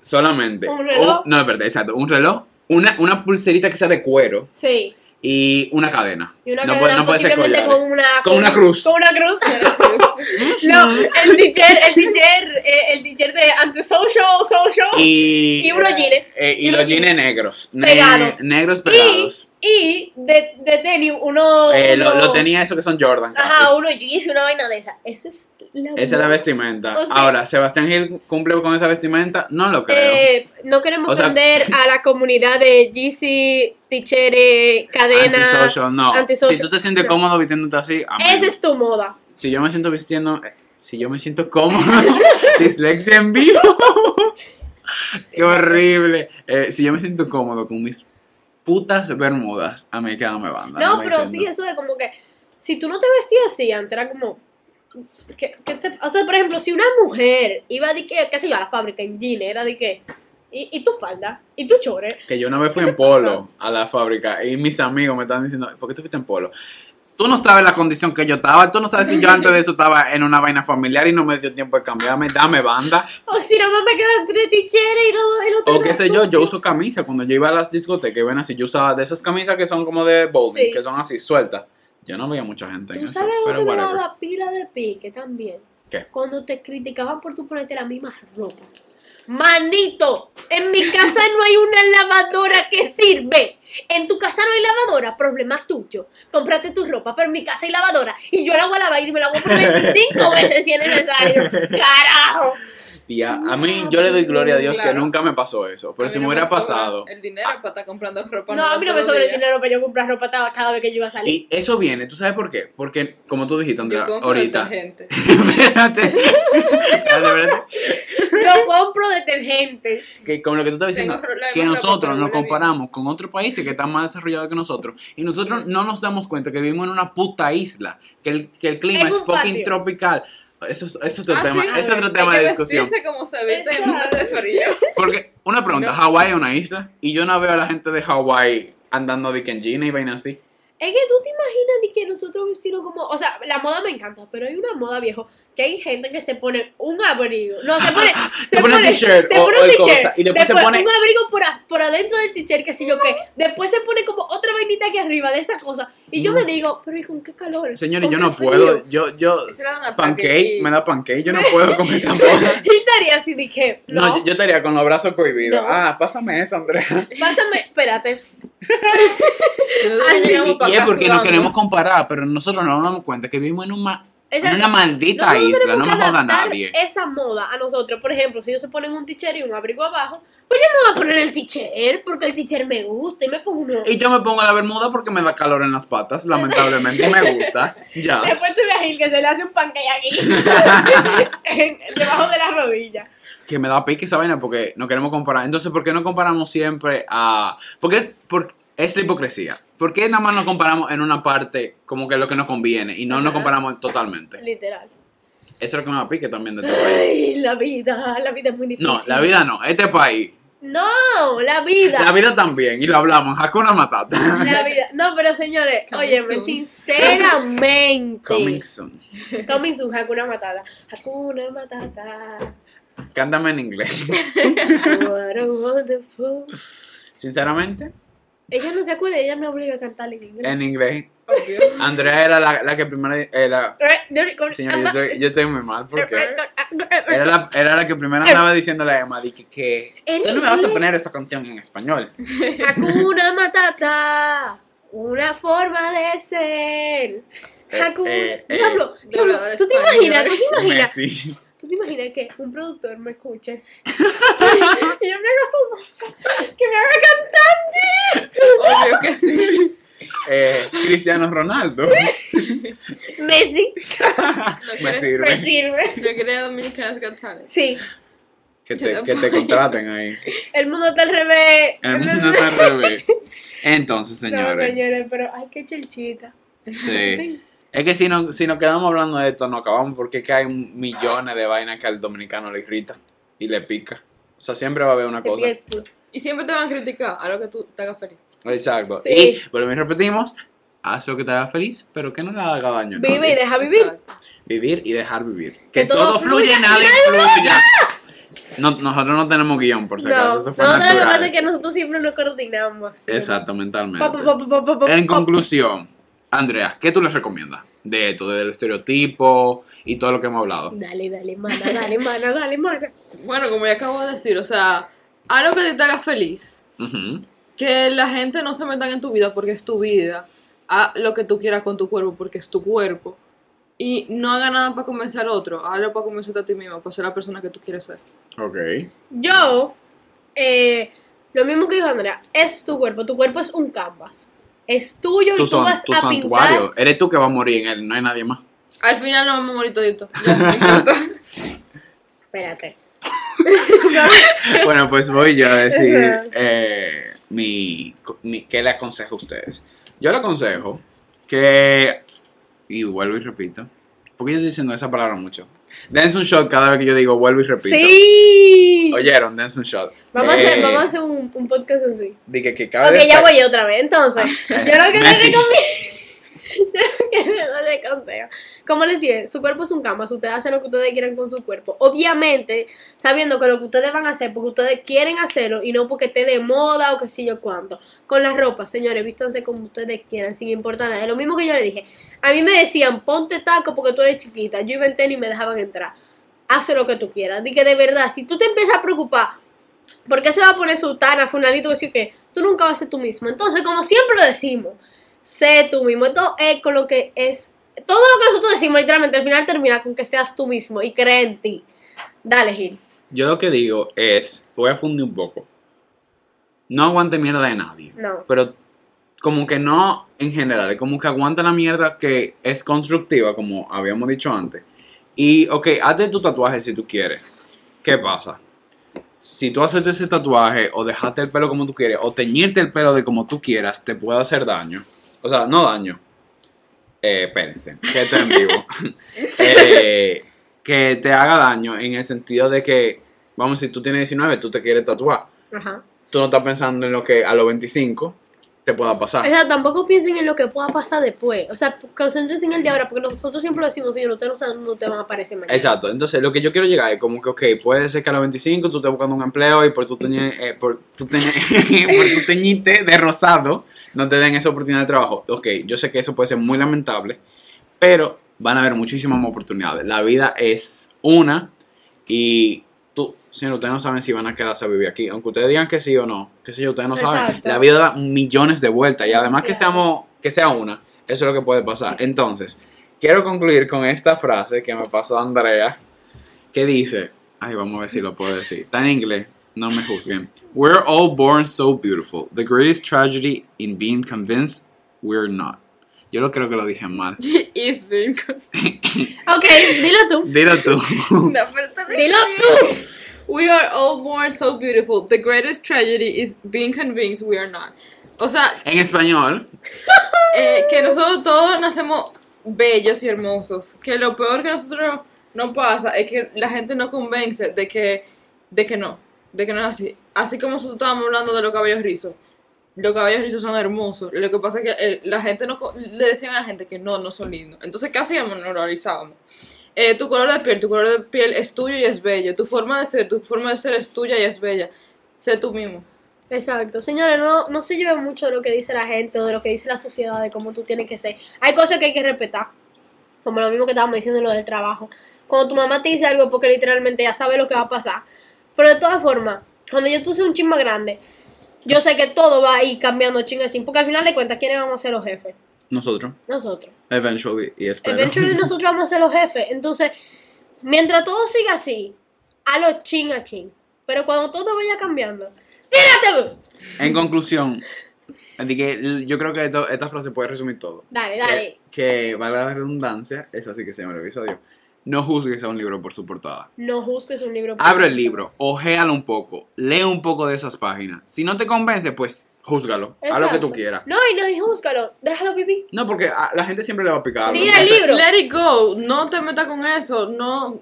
Speaker 1: solamente.
Speaker 2: Un reloj.
Speaker 1: no, es verdad, exacto. Un reloj, una, una pulserita que sea de cuero
Speaker 2: Sí.
Speaker 1: y una cadena.
Speaker 2: Y una
Speaker 1: no, puede,
Speaker 2: cadena
Speaker 1: no puede ser
Speaker 2: posiblemente
Speaker 1: collares.
Speaker 2: con una,
Speaker 1: Con una cruz.
Speaker 2: Con una cruz. No, el teacher, el teacher, eh, el teacher de antisocial, social.
Speaker 1: Y,
Speaker 2: y unos jeans.
Speaker 1: Eh, y,
Speaker 2: Y
Speaker 1: los
Speaker 2: unos
Speaker 1: jeans negros. Ne-
Speaker 2: Pegados.
Speaker 1: Negros
Speaker 2: Y,
Speaker 1: pegados.
Speaker 2: y de, de tenis, uno.
Speaker 1: Eh, lo,
Speaker 2: uno-
Speaker 1: lo tenía eso que son Jordan. casi.
Speaker 2: Ajá, uno jeans y una vaina de esa. Esa es la.
Speaker 1: Esa es la vestimenta.
Speaker 2: O sea-
Speaker 1: Ahora, ¿Sebastián Gil cumple con esa vestimenta? No lo creo.
Speaker 2: Eh, no queremos
Speaker 1: O sea-
Speaker 2: ofender a la comunidad de Yeezy, Tichere, Cadena.
Speaker 1: Antisocial, no.
Speaker 2: antisocial.
Speaker 1: Si tú te sientes
Speaker 2: no.
Speaker 1: cómodo vistiéndote así, amén.
Speaker 2: Esa es tu moda.
Speaker 1: Si yo me siento vistiendo, eh, si yo me siento cómodo, dislexia en vivo. Qué horrible. Eh, si yo me siento cómodo con mis putas bermudas, a mí que no me van.
Speaker 2: No, pero sí, eso es como que. Si tú no te vestías así antes, era como. que- que te- o sea, por ejemplo, si una mujer iba de que, qué sé yo, a la fábrica en jeans, era de que. Y, y tu falda, y tu chore.
Speaker 1: Que yo una vez fui
Speaker 2: ¿Qué te
Speaker 1: en polo a la fábrica y mis amigos me estaban diciendo, ¿por qué tú fuiste en polo? Tú no sabes la condición que yo estaba, tú no sabes si yo antes de eso estaba en una vaina familiar y no me dio tiempo de cambiarme, dame banda.
Speaker 2: O si nada más me quedan tres ticheres y no, y no
Speaker 1: O
Speaker 2: tengo
Speaker 1: qué sé yo,
Speaker 2: sucio.
Speaker 1: yo uso camisa. Cuando yo iba a las discotecas, que ven así, yo usaba de esas camisas que son como de bowling,
Speaker 2: Sí.
Speaker 1: que son así sueltas. Yo no veía mucha gente en
Speaker 2: Tú
Speaker 1: eso,
Speaker 2: sabes
Speaker 1: pero
Speaker 2: dónde me
Speaker 1: whatever.
Speaker 2: daba pila de pique también.
Speaker 1: ¿Qué?
Speaker 2: Cuando te criticaban por tu ponerte la misma ropa. Manito, en mi casa no hay una lavadora que sirve. En tu casa no hay lavadora, problema tuyo. Cómprate tu ropa, pero en mi casa hay lavadora. Y yo la voy a lavar y me la voy a poner 25 veces si es necesario. ¡Carajo!
Speaker 1: Y a, a mí, yo le doy gloria a Dios que
Speaker 3: Claro.
Speaker 1: nunca me pasó eso. Pero
Speaker 3: A
Speaker 1: si
Speaker 3: mí
Speaker 1: me
Speaker 3: no
Speaker 1: hubiera
Speaker 3: sobra
Speaker 1: pasado.
Speaker 3: El dinero para estar comprando ropa.
Speaker 2: No, a mí no me
Speaker 3: todos los
Speaker 2: sobra el
Speaker 3: días.
Speaker 2: dinero para yo comprar ropa cada cada vez que yo iba a salir.
Speaker 1: Y eso viene, ¿tú sabes por qué? Porque, como tú dijiste, Andrea,
Speaker 3: Yo compro
Speaker 1: ahorita.
Speaker 3: detergente.
Speaker 1: Espérate. Espérate, espérate.
Speaker 2: Yo compro detergente.
Speaker 1: que con lo que tú estás
Speaker 3: Tengo
Speaker 1: diciendo,
Speaker 3: la
Speaker 1: que
Speaker 3: misma
Speaker 1: nosotros
Speaker 3: ropa,
Speaker 1: nos
Speaker 3: pero huele
Speaker 1: comparamos con otros países que están más desarrollados que nosotros y nosotros no nos damos cuenta que vivimos en una puta isla, que el, que el clima
Speaker 2: En
Speaker 1: es
Speaker 2: un
Speaker 1: fucking
Speaker 2: patio.
Speaker 1: tropical. Eso es, eso es otro
Speaker 3: Ah,
Speaker 1: tema,
Speaker 3: sí.
Speaker 1: ese es otro
Speaker 3: Hay
Speaker 1: tema
Speaker 3: que
Speaker 1: de discusión.
Speaker 3: vestirse como se viste en
Speaker 2: Exacto.
Speaker 3: un día de frío.
Speaker 1: Porque, una pregunta,
Speaker 3: No.
Speaker 1: Hawái es una isla y yo no veo a la gente de Hawái andando de kenjina y vaina así.
Speaker 2: Es que tú te imaginas de que nosotros vestimos como. O sea, la moda me encanta, pero hay una moda viejo que hay gente que se pone un abrigo. No, se pone.
Speaker 1: Se pone un t-shirt
Speaker 2: se
Speaker 1: o-
Speaker 2: pone
Speaker 1: o
Speaker 2: un
Speaker 1: el
Speaker 2: t-shirt.
Speaker 1: cosa, y después se pone-
Speaker 2: un abrigo por, a- por adentro del t-shirt, que sé yo qué. Después se pone como otra vainita aquí arriba de esa cosa. Y yo
Speaker 1: No.
Speaker 2: me digo, pero ¿y con qué calor?
Speaker 1: Mm. Señores,
Speaker 2: ¿Con
Speaker 1: yo
Speaker 2: qué
Speaker 1: no
Speaker 2: frío?
Speaker 1: puedo, yo, yo,
Speaker 3: Ese era un ataque
Speaker 1: Oh, pancake,
Speaker 3: y-
Speaker 1: me da pancake, yo no puedo con esa cosa.
Speaker 2: Y estaría así, dije,
Speaker 1: No,
Speaker 2: no,
Speaker 1: yo, yo estaría con los brazos cohibidos.
Speaker 2: No.
Speaker 1: Ah, pásame eso, Andrea.
Speaker 2: pásame, espérate.
Speaker 3: Nosotros
Speaker 2: Así.
Speaker 1: Y,
Speaker 3: llegamos
Speaker 1: y
Speaker 3: pa'
Speaker 1: es
Speaker 3: acá
Speaker 1: porque nos
Speaker 3: sudando.
Speaker 1: queremos comparar, pero nosotros no nos damos cuenta que vivimos en, un ma- en
Speaker 2: Exacto.
Speaker 1: una maldita
Speaker 2: Nosotros
Speaker 1: isla, no
Speaker 2: tenemos
Speaker 1: me
Speaker 2: que
Speaker 1: joda
Speaker 2: adaptar
Speaker 1: nadie.
Speaker 2: Esa moda a nosotros, por ejemplo, si ellos se ponen un t-shirt y un abrigo abajo, pues yo me voy a poner el t-shirt porque el t-shirt me gusta y me pongo uno.
Speaker 1: Y yo me pongo la bermuda porque me da calor en las patas, lamentablemente, y me gusta. Ya.
Speaker 2: Después te ve a Gil que se le hace un pancake aquí, en- debajo de la rodilla.
Speaker 1: Que me da pique esa vaina porque no queremos comparar. Entonces, ¿por qué no comparamos siempre a.? Porque, porque es la hipocresía. ¿Por qué nada más nos comparamos en una parte como que lo que nos conviene y no nos
Speaker 3: Ajá.
Speaker 1: comparamos totalmente?
Speaker 2: Literal.
Speaker 1: Eso es lo que me da pique también de este país.
Speaker 2: Ay, la vida, la vida es muy difícil.
Speaker 1: No, la vida no, este país.
Speaker 2: No, la vida.
Speaker 1: La vida también, y lo hablamos, Hakuna Matata.
Speaker 2: La vida. No, pero señores,
Speaker 3: Coming
Speaker 2: óyeme,
Speaker 3: soon.
Speaker 2: sinceramente.
Speaker 1: Coming soon.
Speaker 2: Coming soon, Hakuna Matata. Hakuna Matata.
Speaker 1: Cántame en inglés.
Speaker 2: What a wonderful.
Speaker 1: Sinceramente,
Speaker 2: Ella no se acuerda, ella me obliga a cantar en inglés.
Speaker 1: en inglés.
Speaker 3: Obvio.
Speaker 1: Andrea era la, la que primero. eh, la- señor, yo estoy, yo estoy muy mal porque.
Speaker 2: Ah, eh,
Speaker 1: Era la, era la que primero andaba diciéndole a Emma de que, que
Speaker 2: eh, En
Speaker 1: tú no me vas a
Speaker 2: inglés.
Speaker 1: poner esta canción en español.
Speaker 2: Hakuna Matata, una forma de ser.
Speaker 1: Eh,
Speaker 2: Hakuna.
Speaker 1: eh, eh.
Speaker 2: diablo,
Speaker 3: De
Speaker 2: diablo,
Speaker 3: verdad,
Speaker 2: ¿tú te
Speaker 3: español.
Speaker 2: imaginas? ¿Tú te imaginas?
Speaker 1: Messi.
Speaker 2: ¿Tú te imaginas que un productor me escuche? y yo me haga famosa, que me haga cantante.
Speaker 3: Obvio que sí.
Speaker 1: Eh, Cristiano Ronaldo.
Speaker 2: Messi,
Speaker 3: No
Speaker 1: Me
Speaker 3: quería,
Speaker 2: me
Speaker 1: sirve.
Speaker 2: sirve.
Speaker 3: yo quería Dominicanas Got Talent.
Speaker 2: Sí,
Speaker 1: Que te, que te contraten ahí.
Speaker 2: el mundo está al revés.
Speaker 1: El mundo está al revés. Entonces,
Speaker 2: No,
Speaker 1: señores.
Speaker 2: señores, pero ay, qué chelchita.
Speaker 1: Sí. Es que si, no, si nos quedamos hablando de esto, no acabamos porque es que hay millones de vainas que al dominicano le irrita y le pica. O sea, siempre va a haber una
Speaker 2: De
Speaker 1: cosa.
Speaker 2: piel pura.
Speaker 3: Y siempre te van a criticar a lo que tú te hagas feliz.
Speaker 1: Exacto.
Speaker 2: Sí.
Speaker 1: Y volvemos y repetimos, haz lo que te haga feliz, pero que no le haga daño. a
Speaker 2: Vive y
Speaker 1: nadie.
Speaker 2: deja vivir.
Speaker 3: Exacto.
Speaker 1: Vivir y dejar vivir. Que,
Speaker 2: Que
Speaker 1: todo,
Speaker 2: todo
Speaker 1: fluye,
Speaker 2: fluya y
Speaker 1: nadie
Speaker 2: nadie
Speaker 1: fluya. No, nosotros no tenemos guión, por si
Speaker 2: No,
Speaker 1: acaso. Eso fue
Speaker 2: nosotros lo que
Speaker 1: natural.
Speaker 2: pasa es que nosotros siempre no coordinamos.
Speaker 1: Exacto, mentalmente.
Speaker 2: Pa, pa, pa, pa, pa, pa,
Speaker 1: En
Speaker 2: pa.
Speaker 1: conclusión, Andrea, ¿qué tú les recomiendas de esto, del estereotipo y todo lo que hemos hablado?
Speaker 2: Dale, dale, mana, dale, mana, dale, mana.
Speaker 3: Bueno, como ya acabo de decir, o sea, haz lo que a ti te haga feliz.
Speaker 1: Ujú.
Speaker 3: Que la gente no se metan en tu vida porque es tu vida. Haz lo que tú quieras con tu cuerpo porque es tu cuerpo. Y no haga nada para convencer al otro. Hazlo para convencerte a ti mismo, para ser la persona que tú quieres ser.
Speaker 1: Ok.
Speaker 2: Yo, eh, lo mismo que dijo Andrea, es tu cuerpo, tu cuerpo es un canvas. Es tuyo
Speaker 1: Tu,
Speaker 2: y tú
Speaker 1: san-
Speaker 2: vas
Speaker 1: tu
Speaker 2: a
Speaker 1: santuario,
Speaker 2: pintar.
Speaker 1: eres tú que vas a morir en él, no hay nadie más.
Speaker 3: Al final nos vamos morir todito. Ya, me encanta.
Speaker 2: Espérate.
Speaker 1: Bueno, pues voy yo a decir
Speaker 2: Ajá.
Speaker 1: eh, mi, mi- qué le aconsejo a ustedes. Yo le aconsejo que, y vuelvo y repito, porque yo estoy diciendo esa palabra mucho. Dense un shot cada vez que yo digo vuelvo y repito.
Speaker 2: Sí.
Speaker 1: Oyeron, dense un shot.
Speaker 2: Vamos, a
Speaker 1: Eh,
Speaker 2: hacer, vamos a hacer un, un podcast así.
Speaker 1: Dije que cabe
Speaker 2: Ok, ya
Speaker 1: destacar-
Speaker 2: voy yo otra vez, entonces. Yo lo que le
Speaker 1: Messi.
Speaker 2: recomiendo. que no le consejo. Como les dije, su cuerpo es un canvas, ustedes hacen lo que ustedes quieran con su cuerpo. Obviamente, sabiendo que lo que ustedes van a hacer, porque ustedes quieren hacerlo y no porque esté de moda o qué sé yo cuánto. Con la ropa, señores, vístanse como ustedes quieran, sin importar nada. Es lo mismo que yo le dije. A mí me decían, ponte taco porque tú eres chiquita. Yo iba en tenis y me dejaban entrar. Hace lo que tú quieras. Di que de verdad, si tú te empiezas a preocupar, ¿por qué se va a poner sultana, funalito, así que tú nunca vas a ser tú mismo? Entonces, como siempre lo decimos, sé tú mismo. Esto es con lo que es. Todo lo que nosotros decimos, literalmente, al final termina con que seas tú mismo y cree en ti. Dale, Gil.
Speaker 1: Yo lo que digo es, te voy a fundir un poco. No aguante mierda de nadie.
Speaker 2: No.
Speaker 1: Pero como que no en general, como que aguanta la mierda que es constructiva, como habíamos dicho antes. Y, ok, hazte tu tatuaje si tú quieres. ¿Qué pasa? Si tú haces ese tatuaje o dejarte el pelo como tú quieres o teñirte el pelo de como tú quieras, te puede hacer daño. O sea, no daño. Eh, espérense, que esto es en vivo. Eh, que te haga daño en el sentido de que, vamos, si tú tienes 19, tú te quieres tatuar.
Speaker 2: Ajá.
Speaker 1: Tú no estás pensando en lo que a los 25 te pueda
Speaker 2: O
Speaker 1: pasar.
Speaker 2: sea, tampoco piensen en lo que pueda pasar después. O sea, concéntrense en el de ahora, porque nosotros siempre lo decimos, señor, ustedes no saben dónde te van a aparecer mañana.
Speaker 1: Exacto, entonces lo que yo quiero llegar es como que, ok, puede ser que a los 25 tú estés buscando un empleo y por tu, teñe- eh, por tu, teñe- por tu teñite de rosado no te den esa oportunidad de trabajo. Ok, yo sé que eso puede ser muy lamentable, pero van a haber muchísimas más oportunidades. La vida es una y tú, señor, ustedes no saben si van a quedarse a vivir aquí. Aunque ustedes digan que sí o no, qué sé yo, ustedes no saben.
Speaker 2: Exacto.
Speaker 1: La vida da millones de vueltas y además que
Speaker 2: Demasiado.
Speaker 1: seamos, que sea una, eso es lo que puede pasar. Entonces, quiero concluir con esta frase que me pasó Andrea, que dice, ay, vamos a ver si lo puedo decir, está en inglés, no me juzguen. We're all born so beautiful. The greatest tragedy in being convinced we're not. Yo lo creo que lo dije mal.
Speaker 3: It's been-
Speaker 2: Ok, dilo tú.
Speaker 1: Dilo tú.
Speaker 3: No, pero está bien.
Speaker 2: Dilo tú.
Speaker 3: We are all born so beautiful. The greatest tragedy is being convinced we are not. O sea,
Speaker 1: En español,
Speaker 3: eh, que nosotros todos nacemos bellos y hermosos. Que lo peor que nosotros no pasa es que la gente no convence de que, de que no, de que no es así. Así como nosotros estábamos hablando de los cabellos rizos. Los cabellos rizos son hermosos. Lo que pasa es que eh, la gente no co- le decían a la gente que no, no son lindos. Entonces, ¿qué hacíamos? Nos lo rizábamos. Eh, tu color de piel, tu color de piel es tuyo y es bello. Tu forma de ser, tu forma de ser es tuya y es bella. Sé tú mismo.
Speaker 2: Exacto, señores, no, no se lleven mucho de lo que dice la gente o de lo que dice la sociedad, de cómo tú tienes que ser. Hay cosas que hay que respetar, como lo mismo que estábamos diciendo lo del trabajo. Cuando tu mamá te dice algo, es porque literalmente ya sabe lo que va a pasar. Pero de todas formas, cuando yo tú seas un chin más grande, yo sé que todo va a ir cambiando chin a chin, porque al final de cuentas, ¿quiénes vamos a ser los jefes?
Speaker 1: nosotros,
Speaker 2: Nosotros.
Speaker 1: eventually, y espero.
Speaker 2: Eventually nosotros vamos a ser los jefes. Entonces, mientras todo siga así, a los chin a chin. Pero cuando todo vaya cambiando, ¡tírate! bu!
Speaker 1: En conclusión, así que l- yo creo que esto- esta frase puede resumir todo.
Speaker 2: Dale,
Speaker 1: Que,
Speaker 2: dale.
Speaker 1: que valga la redundancia, es así que se llama el episodio. No juzgues a un libro por su portada.
Speaker 2: No juzgues un libro. por
Speaker 1: Abre
Speaker 2: su
Speaker 1: el libro, ojéalo un poco, lee un poco de esas páginas. Si no te convence, pues júzgalo, haz lo que tú
Speaker 2: Exacto.
Speaker 1: quieras.
Speaker 2: No, y no, y júzgalo. Déjalo pipí.
Speaker 1: No, porque a- la gente siempre le va a picar. algo.
Speaker 2: Tira el
Speaker 1: Entonces,
Speaker 2: libro.
Speaker 3: Let it go. No te metas con eso. No,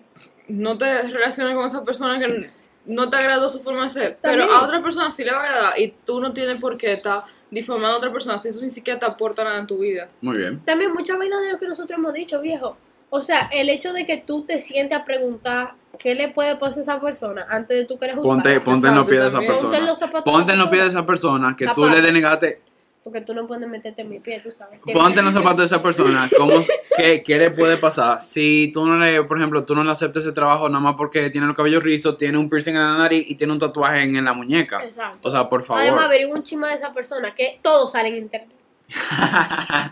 Speaker 3: no te relaciones con esa persona que no te agradó su forma de ser, pero
Speaker 2: También.
Speaker 3: a otra persona sí le va a agradar y tú no tienes por qué estar difamando a otra persona si eso ni siquiera te aporta nada en tu vida.
Speaker 1: Muy bien.
Speaker 2: También muchas vainas de lo que nosotros hemos dicho, viejo. O sea, el hecho de que tú te sientes a preguntar qué le puede pasar a esa persona antes de tú querer juzgar.
Speaker 1: Ponte, ponte en los pies de esa
Speaker 3: Exacto,
Speaker 2: Ponte en
Speaker 1: persona.
Speaker 2: los zapatos.
Speaker 1: Ponte en los pies de
Speaker 2: pies
Speaker 1: esa persona que tú
Speaker 2: Zapato.
Speaker 1: le denegaste.
Speaker 2: Porque tú no puedes meterte en mi pie, tú sabes.
Speaker 1: Ponte en los zapatos de esa persona. ¿Cómo, qué, ¿Qué le puede pasar? Si tú no le, por ejemplo, tú no le aceptas ese trabajo nada más porque tiene los cabellos rizos, tiene un piercing en la nariz y tiene un tatuaje en, en la muñeca.
Speaker 2: Exacto.
Speaker 1: O sea, por favor.
Speaker 2: Además, averigua un chisme de esa persona, que todo sale en internet.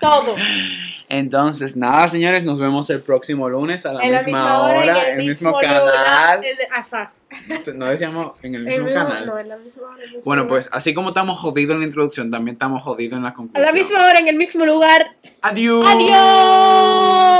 Speaker 2: todo.
Speaker 1: Entonces, nada, señores, nos vemos el próximo lunes a la,
Speaker 2: en
Speaker 1: misma, hora, en el, mismo, canal.
Speaker 2: lugar, en- exacto.
Speaker 1: No decíamos en el
Speaker 2: En el
Speaker 1: mismo
Speaker 2: mismo-
Speaker 1: canal.
Speaker 2: no, en la misma hora. en el mismo
Speaker 1: Bueno,
Speaker 2: lugar.
Speaker 1: pues así como estamos jodidos en la introducción, también estamos jodidos en la
Speaker 2: A
Speaker 1: conclusión.
Speaker 2: la misma hora, en el mismo lugar.
Speaker 1: Adiós.
Speaker 2: ¡Adiós!